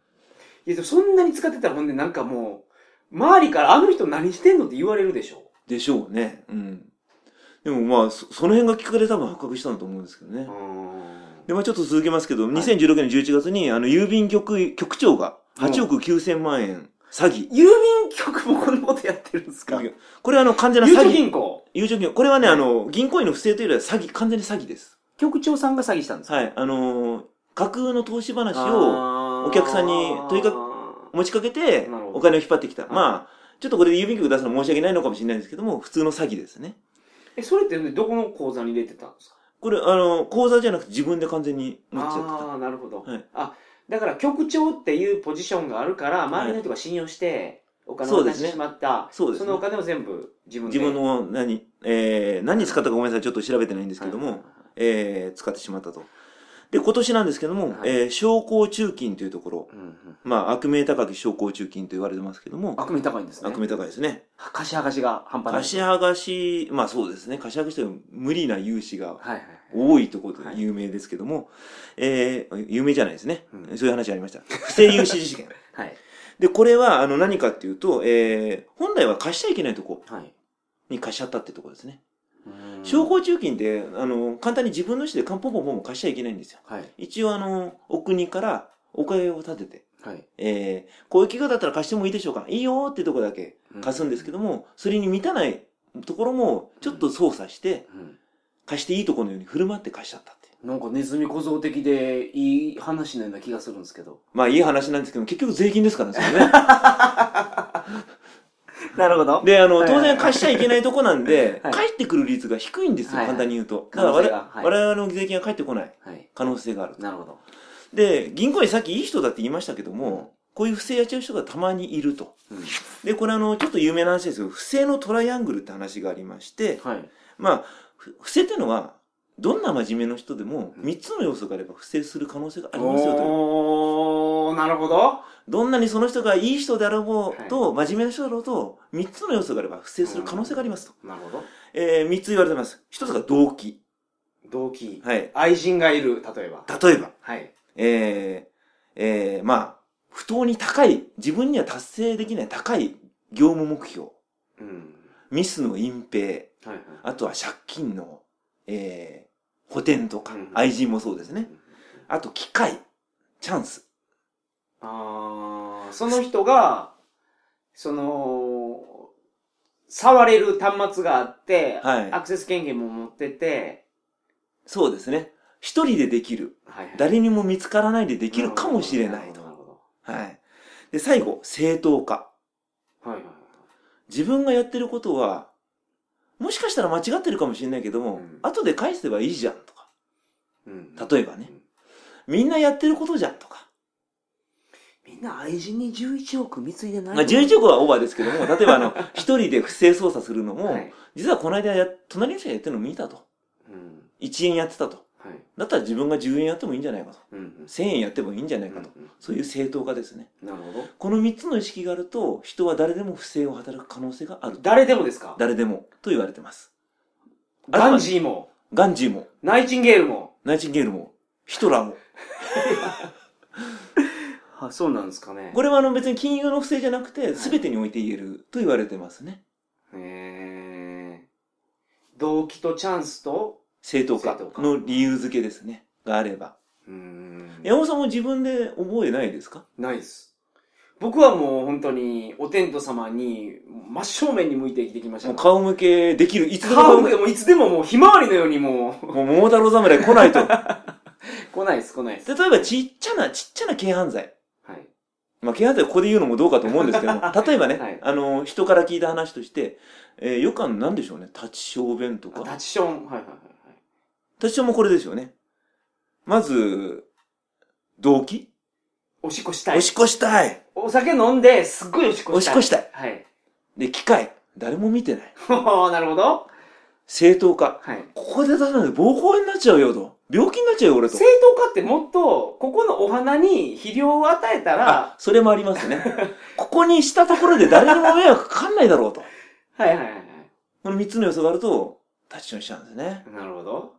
A: いや、でもそんなに使ってたらほんでなんかもう、周りからあの人何してんのって言われるでしょ。
B: でしょうね。うん。でもまあ、そその辺がきっかけで多分発覚したんだと思うんですけどね。で、まあちょっと続けますけど、
A: い
B: 2016年11月に、あの、郵便局、局長が8億9千万円詐欺。
A: 郵便局もこんなことやってるんですか郵
B: これはあの、完全な詐
A: 貯
B: 欺。
A: 銀行。
B: 郵便局。これはね、
A: はい
B: あの、銀行員の不正というよりは詐欺、完全に詐欺です。
A: 局長さんが詐欺したんですか
B: はい。あのー架空の投資話
A: を
B: をお客さんにとにかく持ちかけて
A: なるほ、ど
B: お金を引っ張ってきた。
A: い
B: まあ、ちょっとこれで郵便局出すの申し訳ないのかもしれないんですけども、普通の詐欺ですね。
A: え、それってどこの口座に入れてたんですか
B: これ、あの、口座じゃなくて自分で完全に持っち
A: あ
B: ゃ
A: あーなるほど、
B: はい
A: あだから局長っていうポジションがあるから周りの人が信用してお金を
B: そう
A: 出
B: で
A: し
B: す
A: て
B: ね
A: しまった
B: そうですね
A: のお金を全部自分で
B: 自分の何、えー何に使ったかごめんなさい、ちょっと調べてないんですけども、
A: はい
B: えー使ってしまったと。で、今年なんですけども、
A: はい
B: えー商工中金というところ、
A: うんうん、
B: まあ、悪名高き商工中金と言われてますけども、
A: 悪名高いんですね
B: 悪名高いですね。
A: 貸し剥がしが半端ない
B: 貸し剥がし、まあそうですね、貸し剥がしという無理な融資が
A: はいはい
B: 多いところ
A: は
B: で
A: い
B: 有名ですけども、えー有名じゃないですね、
A: うん
B: そういう話ありました。不正融資事件。
A: はいはい
B: で、これは、あの、何かっていうと、えー本来は貸しちゃいけないとこ
A: はい
B: に貸しちゃったってところですね。
A: うん
B: 商工中金って、あの、簡単に自分の意思でカンポンポンポン貸しちゃいけないんですよ。
A: はい
B: 一応、あの、お国からお金を立てて、
A: はい
B: えー、こういう企業だったら貸してもいいでしょうかいいよーってとこだけ貸すんですけ
A: ど、
B: ども、それに満たないところも、ちょっと操作して、
A: うん
B: 貸していいところのように振る舞って貸しちゃったって。
A: なんかネズミ小僧的でいい話のような気がするんですけ
B: *laughs*
A: ど
B: まあ、いい話なんですけども、結局税金ですからね、そ
A: *laughs*
B: れね。
A: なるほど
B: で、あ
A: は
B: の、
A: いはい
B: 当然貸しちゃいけないとこなんで、
A: はい
B: 返ってくる率が低いんですよ、
A: はいはい
B: 簡単に言うと。
A: 可
B: だから
A: 能性が
B: 我々、
A: はい
B: 我々の税金が返ってこない
A: はい
B: 可能性がある。
A: なるほど
B: で、銀行員さっきいい人だって言いましたけども、こういう不正やっちゃう人がたまにいると。
A: うん
B: で、これあの、ちょっと有名な話ですけど、不正のトライアングルって話がありまして、
A: はい
B: まあ、ふ不正ってのは、どんな真面目な人でも、
A: うん
B: 3つの要素があれば不正する可能性がありますよという。
A: おーなるほど
B: どんなにその人がいい人であろうと、真面目な人だろうと、3つの要素があれば不正する可能性がありますと。
A: なるほど
B: えー、3つ言われてます。1つが動機。
A: 動機
B: はい。
A: 愛人がいる例えば
B: 例えば、
A: はい
B: えー、えー、まあ、不当に高い、自分には達成できない高い業務目標。
A: うん
B: ミスの隠蔽。
A: はいはい
B: あとは借金の、えー、補填とか
A: うん、
B: 愛人もそうです
A: う
B: ね。
A: ん
B: あと、機会、チャンス。
A: あーその人がその触れる端末があって、
B: はい
A: アクセス権限も持ってて、
B: そうですね。一人でできる。
A: はいはい
B: 誰にも見つからないでできるかもしれない
A: る。
B: と
A: ほど
B: はい。で、最後、正当化。
A: はいはい
B: 自分がやってることは、もしかしたら間違ってるかもしれないけども、
A: うん
B: 後で返せばいいじゃんとか、
A: うん
B: 例えばねみんなやってることじゃんとか、
A: みんな愛人に11億貢いでない
B: まあ、11億はオーバーですけども、例えばあの、一人で不正操作するのも、
A: はい
B: 実はこの間や、隣の人がやってるの見たと。
A: うん
B: 1円やってたと。
A: はい
B: だったら自分が10円やってもいいんじゃないかと。
A: うんうん
B: 1000円やってもいいんじゃないかと。
A: うんう
B: そういう正当化ですね。
A: んなるほど
B: この3つの意識があると、人は誰でも不正を働く可能性がある。
A: 誰でもですか
B: 誰でも、と言われてます。あとは
A: ガンジーも
B: ガンジーも、
A: ナイチンゲールも
B: ナイチンゲールも、ヒトラーも、
A: あそうなんですかね
B: これはあの別に金融の不正じゃなくて、
A: い
B: 全てにおいて言えると言われてますね。
A: へー動機とチャンスと
B: 正当化
A: 正当化
B: の理由付けですね。があれば。
A: うーん
B: 山本さんも自分で覚えないですか
A: ないです僕はもう本当にお天道様に真正面に向いて生きてきました
B: もう
A: から
B: 顔向けできる、いつでも
A: 顔
B: 顔
A: 向
B: 向
A: け
B: け。
A: もういつでももうひまわりのようにもう
B: もう桃太郎侍来ないと。
A: *laughs*
B: *laughs*
A: 来ないです来ないです
B: 例えばちっちゃな、ちっちゃな軽犯罪。
A: はい
B: まあ、軽犯罪ここで言うのもどうかと思うんですけども、例えばね、
A: *laughs* はい
B: あの、人から聞いた話として、えー、よくあの、なんでしょうね、立ち小便と
A: あタ
B: か
A: ッ。チションはいはいはいはい
B: 立ち小もこれですよね。まず、動機、
A: おしっこしたい
B: おしっこしたい。
A: お酒飲んですっごいおしっこ
B: お
A: し
B: したっ
A: い
B: こしたい。
A: はい *laughs*
B: で、機械。誰も見てない。
A: なるほど
B: 正当化。
A: はい
B: ここで出さないで暴行になっちゃうよと。病気になっちゃうよ、俺と
A: 正。当化ってもっとここのお花に肥料を与えた
B: あ
A: ら、
B: それもありま
A: *laughs*
B: すね。ここにしたところで誰にも迷惑かかんないだろうと。
A: はいはいはいはい
B: この3つの要素があると、立ちションしちゃうんですね。
A: なるほど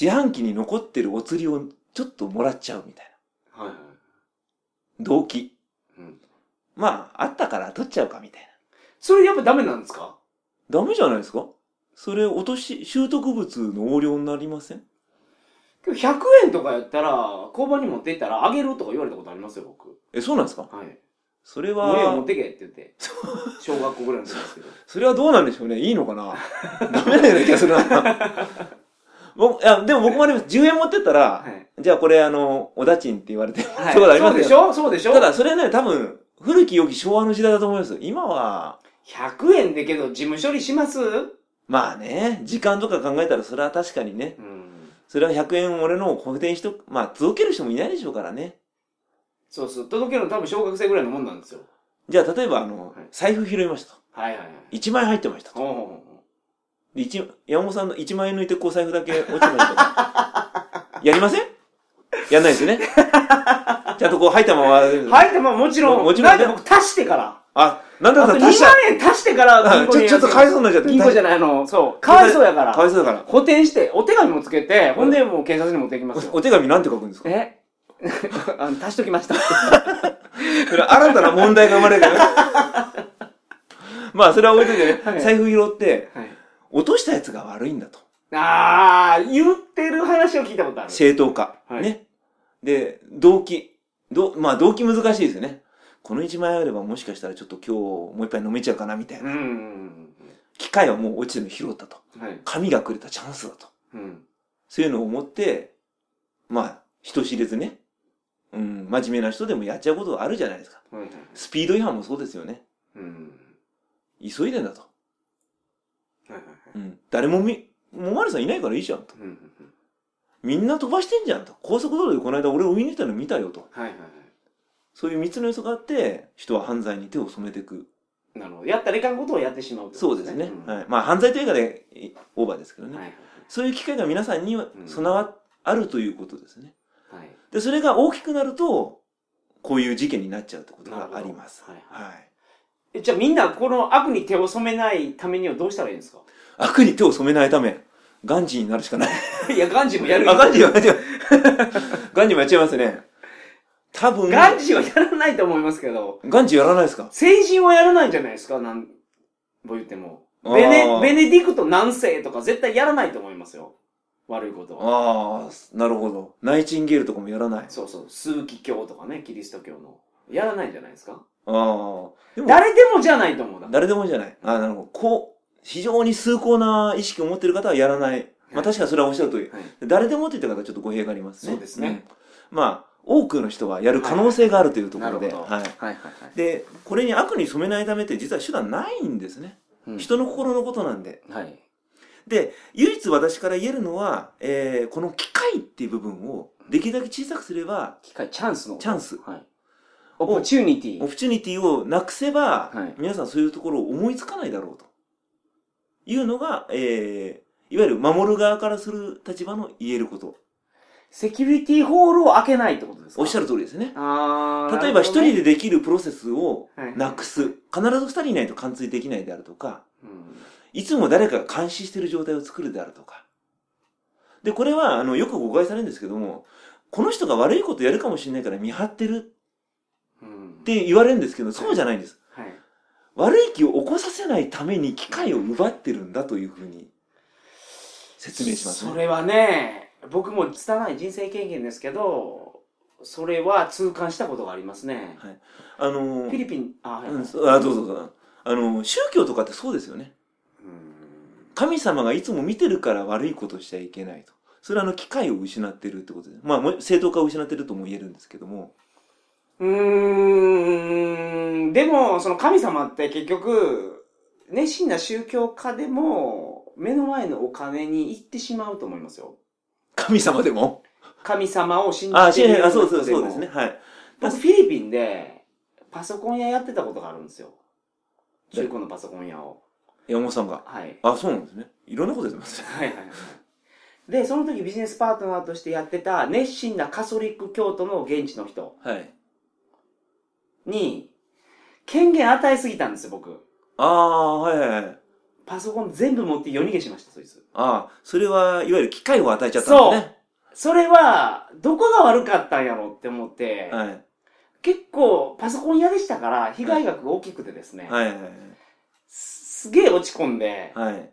B: 自販機に残ってるお釣りをちょっともらっちゃうみたい
A: はいはい
B: な。動機。
A: うん
B: まあ、あったから取っちゃうかみたいな。
A: それやっぱダメなんですか
B: ダメじゃないですかそれ、落とし、習得物の横領になりません
A: 今日100円とかやったら、交番に持って行ったら、あげるとか言われたことありますよ、僕。
B: え、そうなんですか
A: はい。
B: それ
A: 俺は持
B: は
A: っ、てけって言
B: *laughs*
A: って。小学校ぐらいの時ですけど。
B: それはどうなんでしょうね。いいの
A: *laughs*
B: かなダメなような気がするな。僕、いや、でも僕もあります。10円持ってったら、
A: はい。
B: じゃあこれあの、おだちんって言われて、
A: はい、
B: そうだありま
A: そうで
B: すよ
A: しょそうでしょ
B: ただそれね、多分、古き良き昭和の時代だと思います。今は、
A: 100円でけど、事務処理します
B: まあね、時間とか考えたらそれは確かにね、
A: うん。
B: それは100円俺のを補填しと、まあ届ける人もいないでしょうからね。
A: そうそう。届けるの多分小学生ぐらいのもんなんですよ。
B: じゃあ例えばあの、
A: はい
B: 財布拾いましたと。
A: はいはいはい。
B: 1万円入ってましたと。
A: ほうほうほ
B: で一山本さんの1万円抜いてこう財布だけ落ちてましたと。 *laughs* やりませんやんないで
A: *laughs*
B: すよね。ちゃんとこう入ったまま。
A: うはい、でももちろん、
B: もちろんね
A: だって僕足してから。
B: あ、なんだ
A: あ
B: か
A: と
B: ん
A: 2
B: だ
A: 万
B: 足した。
A: 円足してから
B: あ
A: 銀行
B: ちょ
A: に。
B: ちょっとかわいそうになっちゃって。
A: 銀行じゃ
B: ない。
A: ない、あの、そう。かわいそうやか
B: かわい
A: ら。
B: そうだから。
A: 補填して、お手紙もつけて、ほんでもう警察に持っていきますよ。
B: おお手紙なんて書くんですか
A: え *laughs* あの足しときました。
B: それ新たな問題が生ま
A: *laughs*
B: れるから。まあ、それは置いといて
A: は
B: ね。
A: い
B: 財布拾って、
A: はい
B: 落としたやつが悪いんだと。
A: ああ、言ってる話を聞いたことある。
B: 正当化。
A: はい
B: ね。で、動機。どまあ、動機難しいですよね。この1万円あればもしかしたらちょっと今日もう一杯飲めちゃうかなみたいうな。
A: ん。
B: 機会はもう落ちてるの拾ったと。
A: はい。
B: 神がくれたチャンスだと。
A: うん。
B: そういうのを思って、まあ、人知れずね。うん、真面目な人でもやっちゃうことはあるじゃないですか。
A: はいはい。
B: スピード違反もそうですよね。
A: うん。
B: 急いでんだと。
A: はいはいはい。
B: うん。誰もみ、もまるさんいないからいいじゃんと。
A: うんうんうん。
B: みんな飛ばしてんじゃんと。高速道路でこの間俺を見に行ったの見たよと。
A: はいはいはい。
B: そういう三つの要素があって、人は犯罪に手を染めていく。
A: なるほど。やったらいかんことをやってしまうってこ
B: そ
A: と
B: うですね。
A: ん
B: はい。まあ犯罪というかで、いオーバーですけどね。
A: はいはい
B: そういう機会が皆さんには
A: ん
B: 備わ、あるということですね。
A: はい。はい
B: で、それが大きくなると、こういう事件になっちゃうってことがあります。
A: なるほど
B: はい。
A: えじゃあみんなこの悪に手を染めないためにはどうしたらいいんですか
B: 悪に手を染めないため、ガンジーになるしかない。
A: *laughs* いや、ガンジーもやる
B: あ、ガンジーはやっちゃう。ガンジーもやっちゃいますね。多分、
A: ガンジーはやらないと思いますけど、
B: ガンジーやらないですか
A: 成人はやらないんじゃないですかなん、ぼ言っても。ベ
B: あー
A: ネ、ベネディクト何世とか絶対やらないと思いますよ。悪いことは。
B: ああ、なるほど。ナイチンゲールとかもやらない。あ
A: そうそう、枢機教とかね、キリスト教の。やらないんじゃないですか
B: あー。でも、
A: 誰でもじゃないと思うな。
B: 誰でもじゃない。ああ、なるほど。こう、非常に崇高な意識を持ってる方はやらない。まあ確かにそれはおっしゃる通り。
A: はい
B: 誰でもって言った方はちょっと語弊がありますね。
A: そうですね
B: うん。まあ、多くの人はやる可能性があるというとこ
A: なる
B: ろ
A: ほ
B: で。
A: ど。
B: はい。
A: はいはい。
B: で、これに悪に染めないためって実は手段ないんですね。
A: うん
B: 人の心のことなんで。
A: はい。
B: で、唯一私から言えるのは、えーこの機会っていう部分をできるだけ小さくすれば、
A: 機会、チャンスの。
B: チャンス、
A: はい。オポチュニテ
B: オ
A: ィ。
B: プチュニティをなくせば、
A: はい
B: 皆さんそういうところを思いつかないだろうと。いうのが、えーいわゆる守る側からする立場の言えること。
A: セキュリティホールを開けないってことですか
B: おっしゃ
A: る。
B: る通りですね。
A: あー。
B: 例えば一人
A: で。
B: でできるプロセスを
A: はい
B: なくす。必ず二人いないと貫通できないであるとか、
A: うん
B: いつも誰かが監視している状態を作るであるとか。で、これは、あの、よく誤解されるんですけども、この人が悪いことやるかもしれないから見張ってる
A: うん
B: って言われるんですけど、そうじゃないんです。
A: はい。
B: 悪い気を起こさせないために機会を奪ってるんだというふうに説明します
A: そ
B: ね。
A: れはね、僕も拙い人生経験ですけど、それは痛感したことがありますね。
B: あの
A: フィリピン、あ、はい。
B: う
A: うん
B: ん、そうあ、どうぞどうぞ。あの、宗教とかってそうですよね。神様がいつも見てるから悪いことしちゃいけないと。それはあの、機会を失ってるってことです。まあ、もう正当化を失ってるとも言えるんですけども。
A: うーん、でも、その神様って結局、熱心な宗教家でも、目の前のお金に行ってしまうと思いますよ。
B: 神様でも
A: 神様を信じている
B: あ、支援、あ、そうそう、
A: 人でも
B: そうですね。。はい。
A: 僕、フィリピンで、パソコン屋やってたことがあるんですよ。中古のパソコン屋を。
B: 山本さんが。
A: はい。
B: あ、そうなんですね。いろんなことやっ
A: *laughs*
B: てますね。
A: はいはいはい。で、その時ビジネスパートナーとしてやってた熱心なカソリック教徒の現地の人
B: はい。
A: に、権限与えすぎたんですよ、僕。
B: ああ、はいはいはい。
A: パソコン全部持って夜逃げしました、そいつ。
B: ああ、それは、いわゆる機会を与えちゃったんですね。
A: それは、どこが悪かったんやろって思って、
B: はい。
A: 結構パソコン屋でしたから、被害額が大きくてですね、
B: はいはい
A: すすげえ落ち込んで、
B: はい。はい。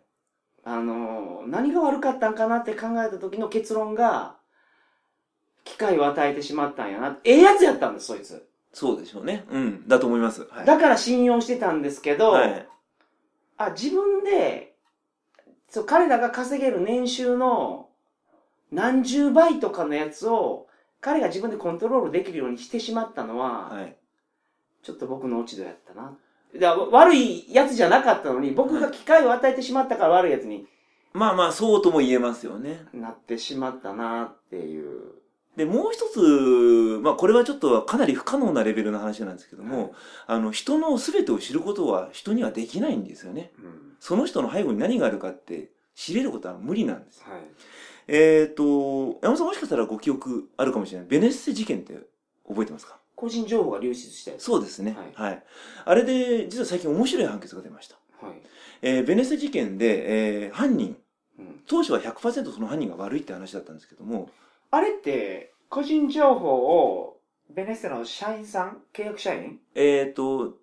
A: あのー何が悪かったんかなって考えた時の結論が、機会を与えてしまったんやな。ええやつやったんです、そいつ。
B: そうでしょうね。うん。だと思います。はい。
A: だから信用してたんですけど、
B: はい。
A: あ、自分で、そう、彼らが稼げる年収の何十倍とかのやつを、彼が自分でコントロールできるようにしてしまったのは、
B: はい。
A: ちょっと僕の落ち度やったな。だから悪いやつじゃなかったのに、僕が機会を与えてしまったから悪いやつに
B: まあまあ、そうとも言えますよね。
A: なってしまったなっていう。
B: で、もう一つ、まあこれはちょっとかなり不可能なレベルの話なんですけども、あの、人の全てを知ることは人にはできないんですよね。
A: うん。
B: その人の背後に何があるかって知れることは無理なんです。
A: はい。
B: えっ、と、山本さんもしかしたらご記憶あるかもしれない。ベネッセ事件って覚えてますか
A: 個人情報が流出したやつ。
B: そうですね、
A: は
B: はい。あれで、実は最近面白い判決が出ました。
A: はい。
B: えーベネッセ事件で、えー犯人、
A: うん。
B: 当初は100%その犯人が悪いって話だったんですけども、
A: あれって、個人情報を、ベネッセの社員さん契約社員
B: えっ、と、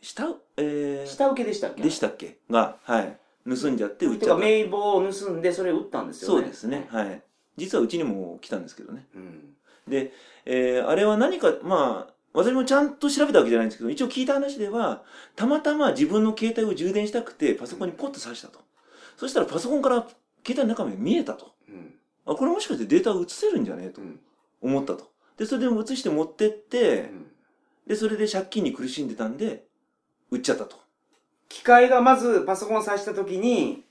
B: 下、えー
A: 下請けでしたっけ
B: でしたっけが、はい。盗んじゃって売っ
A: と
B: ちゃ
A: か
B: った。
A: 名簿を盗んで、それを売ったんですよ
B: そ
A: ね。
B: うですね。。はい。実はうちにも来たんですけどね。
A: うん。
B: えーあれは何か、まあ、私もちゃんと調べたわけじゃないんですけど、一応聞いた話では、たまたま自分の携帯を充電したくて、パソコンにポッと挿したと。そしたらパソコンから携帯の中身が見えたと。
A: うん。
B: あ、これもしかしてデータを移せるんじゃねえと
A: うん。
B: 思ったと。で、それで移して持ってっ
A: う
B: て、
A: ん
B: で、それで借金に苦しんでたんで、売っちゃったと。
A: 機械がまずパソコンを挿したときに、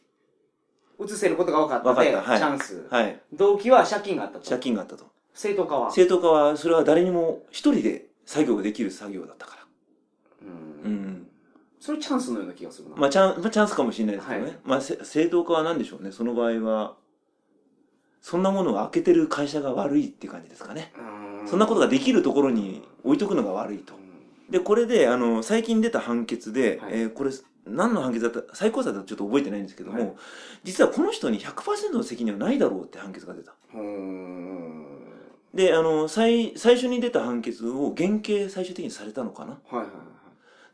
A: 映せることが分かったので、
B: 分かったはい
A: チャンス。
B: はい。
A: 動機は借金があったと。
B: 借金があったと。
A: 正当化は。
B: 正当化は、それは誰にも一人で作業ができる作業だったから。
A: う。
B: うんん。
A: それチャンスのような気がするな。
B: まあ、チャン、まあ、チャンスかもしれないですけどね。
A: はい
B: まあ、せ正当化は何でしょうね。その場合は、そんなものを開けてる会社が悪いっていう感じですかね。
A: う
B: そんなこ
A: と
B: とができるところに置いとくのが悪いと。で、これで、あの、最近出た判決で、
A: はい
B: えーこれ、何の判決だった最高裁だとちょっと覚えてないんですけども、
A: はい
B: 実はこの人に100%の責任はないだろうって判決が出た。
A: うん。
B: で、あの、最、最初に出た判決を減刑最終的にされたのかな
A: はいはいは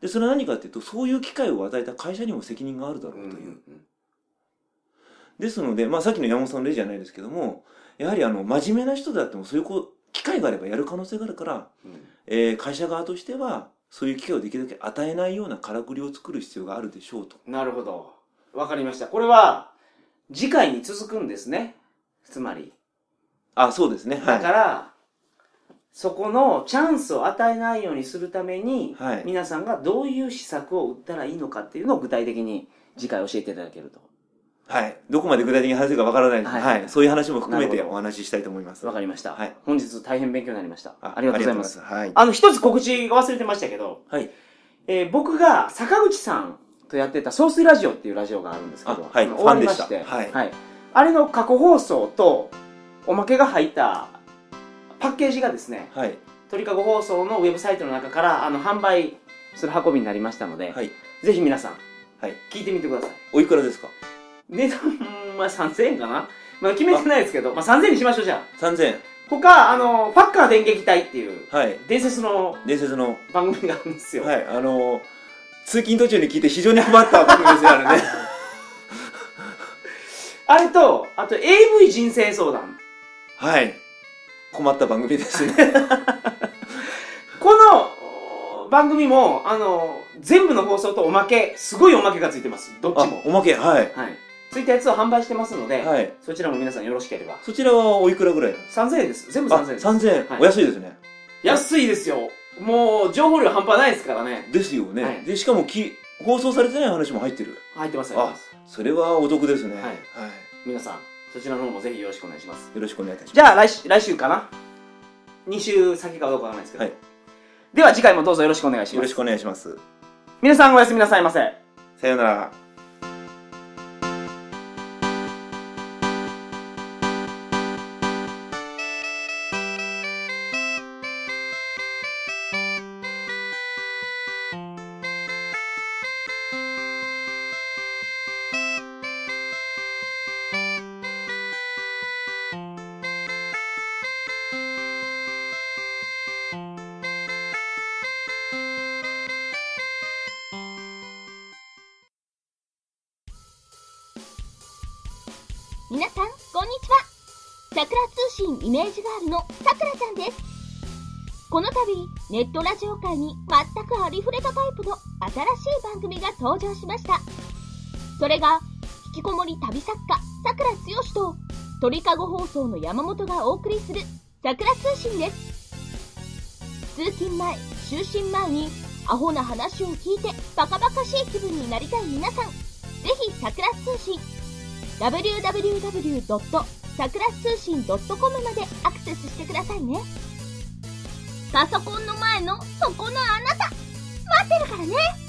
B: で、それは何かっていうと、そういう機会を与えた会社にも責任があるだろ
A: い。
B: うという。
A: ん
B: ですので、まあさっきの山本さんの例じゃないですけども、やはりあの、真面目な人であっても、そういうこう機会があればやる可能性があるから、
A: うん
B: えー会社側としては、そういう機会をできるだけ与えないようなからくりを作る必要があるでしょうと。
A: なるほど。わかりました。これは、次回に続くんですね。つまり。
B: あ、そうですね。は
A: だ
B: い。
A: から、そこのチャンスを与えないようにするために、
B: はい
A: 皆さんがどういう施策を打ったらいいのかっていうのを具体的に次回教えていただけると。
B: はい。どこまで具体的に話せるかわからないですが、
A: は
B: はいい、そういう話も含め
A: な
B: て
A: るほ
B: お
A: ど
B: 話ししたいと思います。
A: わかりました。
B: はい
A: 本日大変勉強になりました。ありがとうございます。
B: ありがとうございま
A: あの、一つ告知が忘れてましたけど、
B: す。はい。はい。
A: えー僕が坂口さんとやってた総水ラジオっていうラジオがあるんですけど、
B: あはい
A: の
B: ファンでした
A: 終わりま
B: はい
A: あれの過去放送とおまけが入ったパッケージがですね、
B: はい。
A: 鳥かご放送のウェブサイトの中からあの販売する運びになりましたので、
B: はい。
A: ぜひ皆さん、
B: はい
A: 聞いてみてください。
B: おいくらですか
A: 値段は3000円かなまあ決めてないですけど、まあ3000円にしましょうじゃあ。
B: ?3000 円。
A: 他、あの、ファッカー電撃隊っていう
B: はい。
A: 伝説の
B: 伝説の、
A: 番組があるんですよ。
B: はい。あのー通勤途中に聞いて非常に困った番組です
A: *laughs*
B: よ、あれね。
A: あれと、あと AV 人生相談。
B: はい。困った番組で
A: *laughs*
B: すね。
A: このお番組も、あの、全部の放送とおまけ、すごいおまけがついてます。どっち
B: あ
A: も、。
B: おまけ、はい。
A: はい。ついたやつを販売してますので、
B: はい。
A: そちらも皆さんよろしければ。
B: そちらはおいくらぐらい
A: 3000円です。全部
B: あ、
A: 3000円です。
B: 3000
A: は
B: 円。
A: い
B: お安いですね。
A: 安いですよ。もう、情報量半端ないですからね。
B: ですよ
A: は
B: ね
A: い。
B: で、しかもき、放送されてない話も入ってる。
A: 入ってます、入って
B: あ
A: ます。、
B: それはお得ですね。
A: はい
B: はい。
A: 皆さん、そちらの方もぜひよろしくお願いします。
B: よろしくお願いいたします。
A: じゃあ、来週、来週かな ?2 週先かどうかわからないですけど。
B: はい
A: では、次回もどうぞよろしくお願いし
B: よ
A: ま
B: ろし
A: す。
B: くお願いします。
A: 皆さん、おやすみなさいませ。
B: さようなら。
C: 皆さんこんにちはさくら通信イメージガールのさくらちゃんですこの度ネットラジオ界に全くありふれたタイプの新しい番組が登場しましたそれが引きこもり旅作家さくらつよしと鳥かご放送の山本がお送りするさくら通信です通勤前就寝前にアホな話を聞いてバカバカしい気分になりたい皆さん、ぜひ桜通信 www. 桜通信 .com までアクセスしてくださいね。パソコンの前のそこのあなた、待ってるからね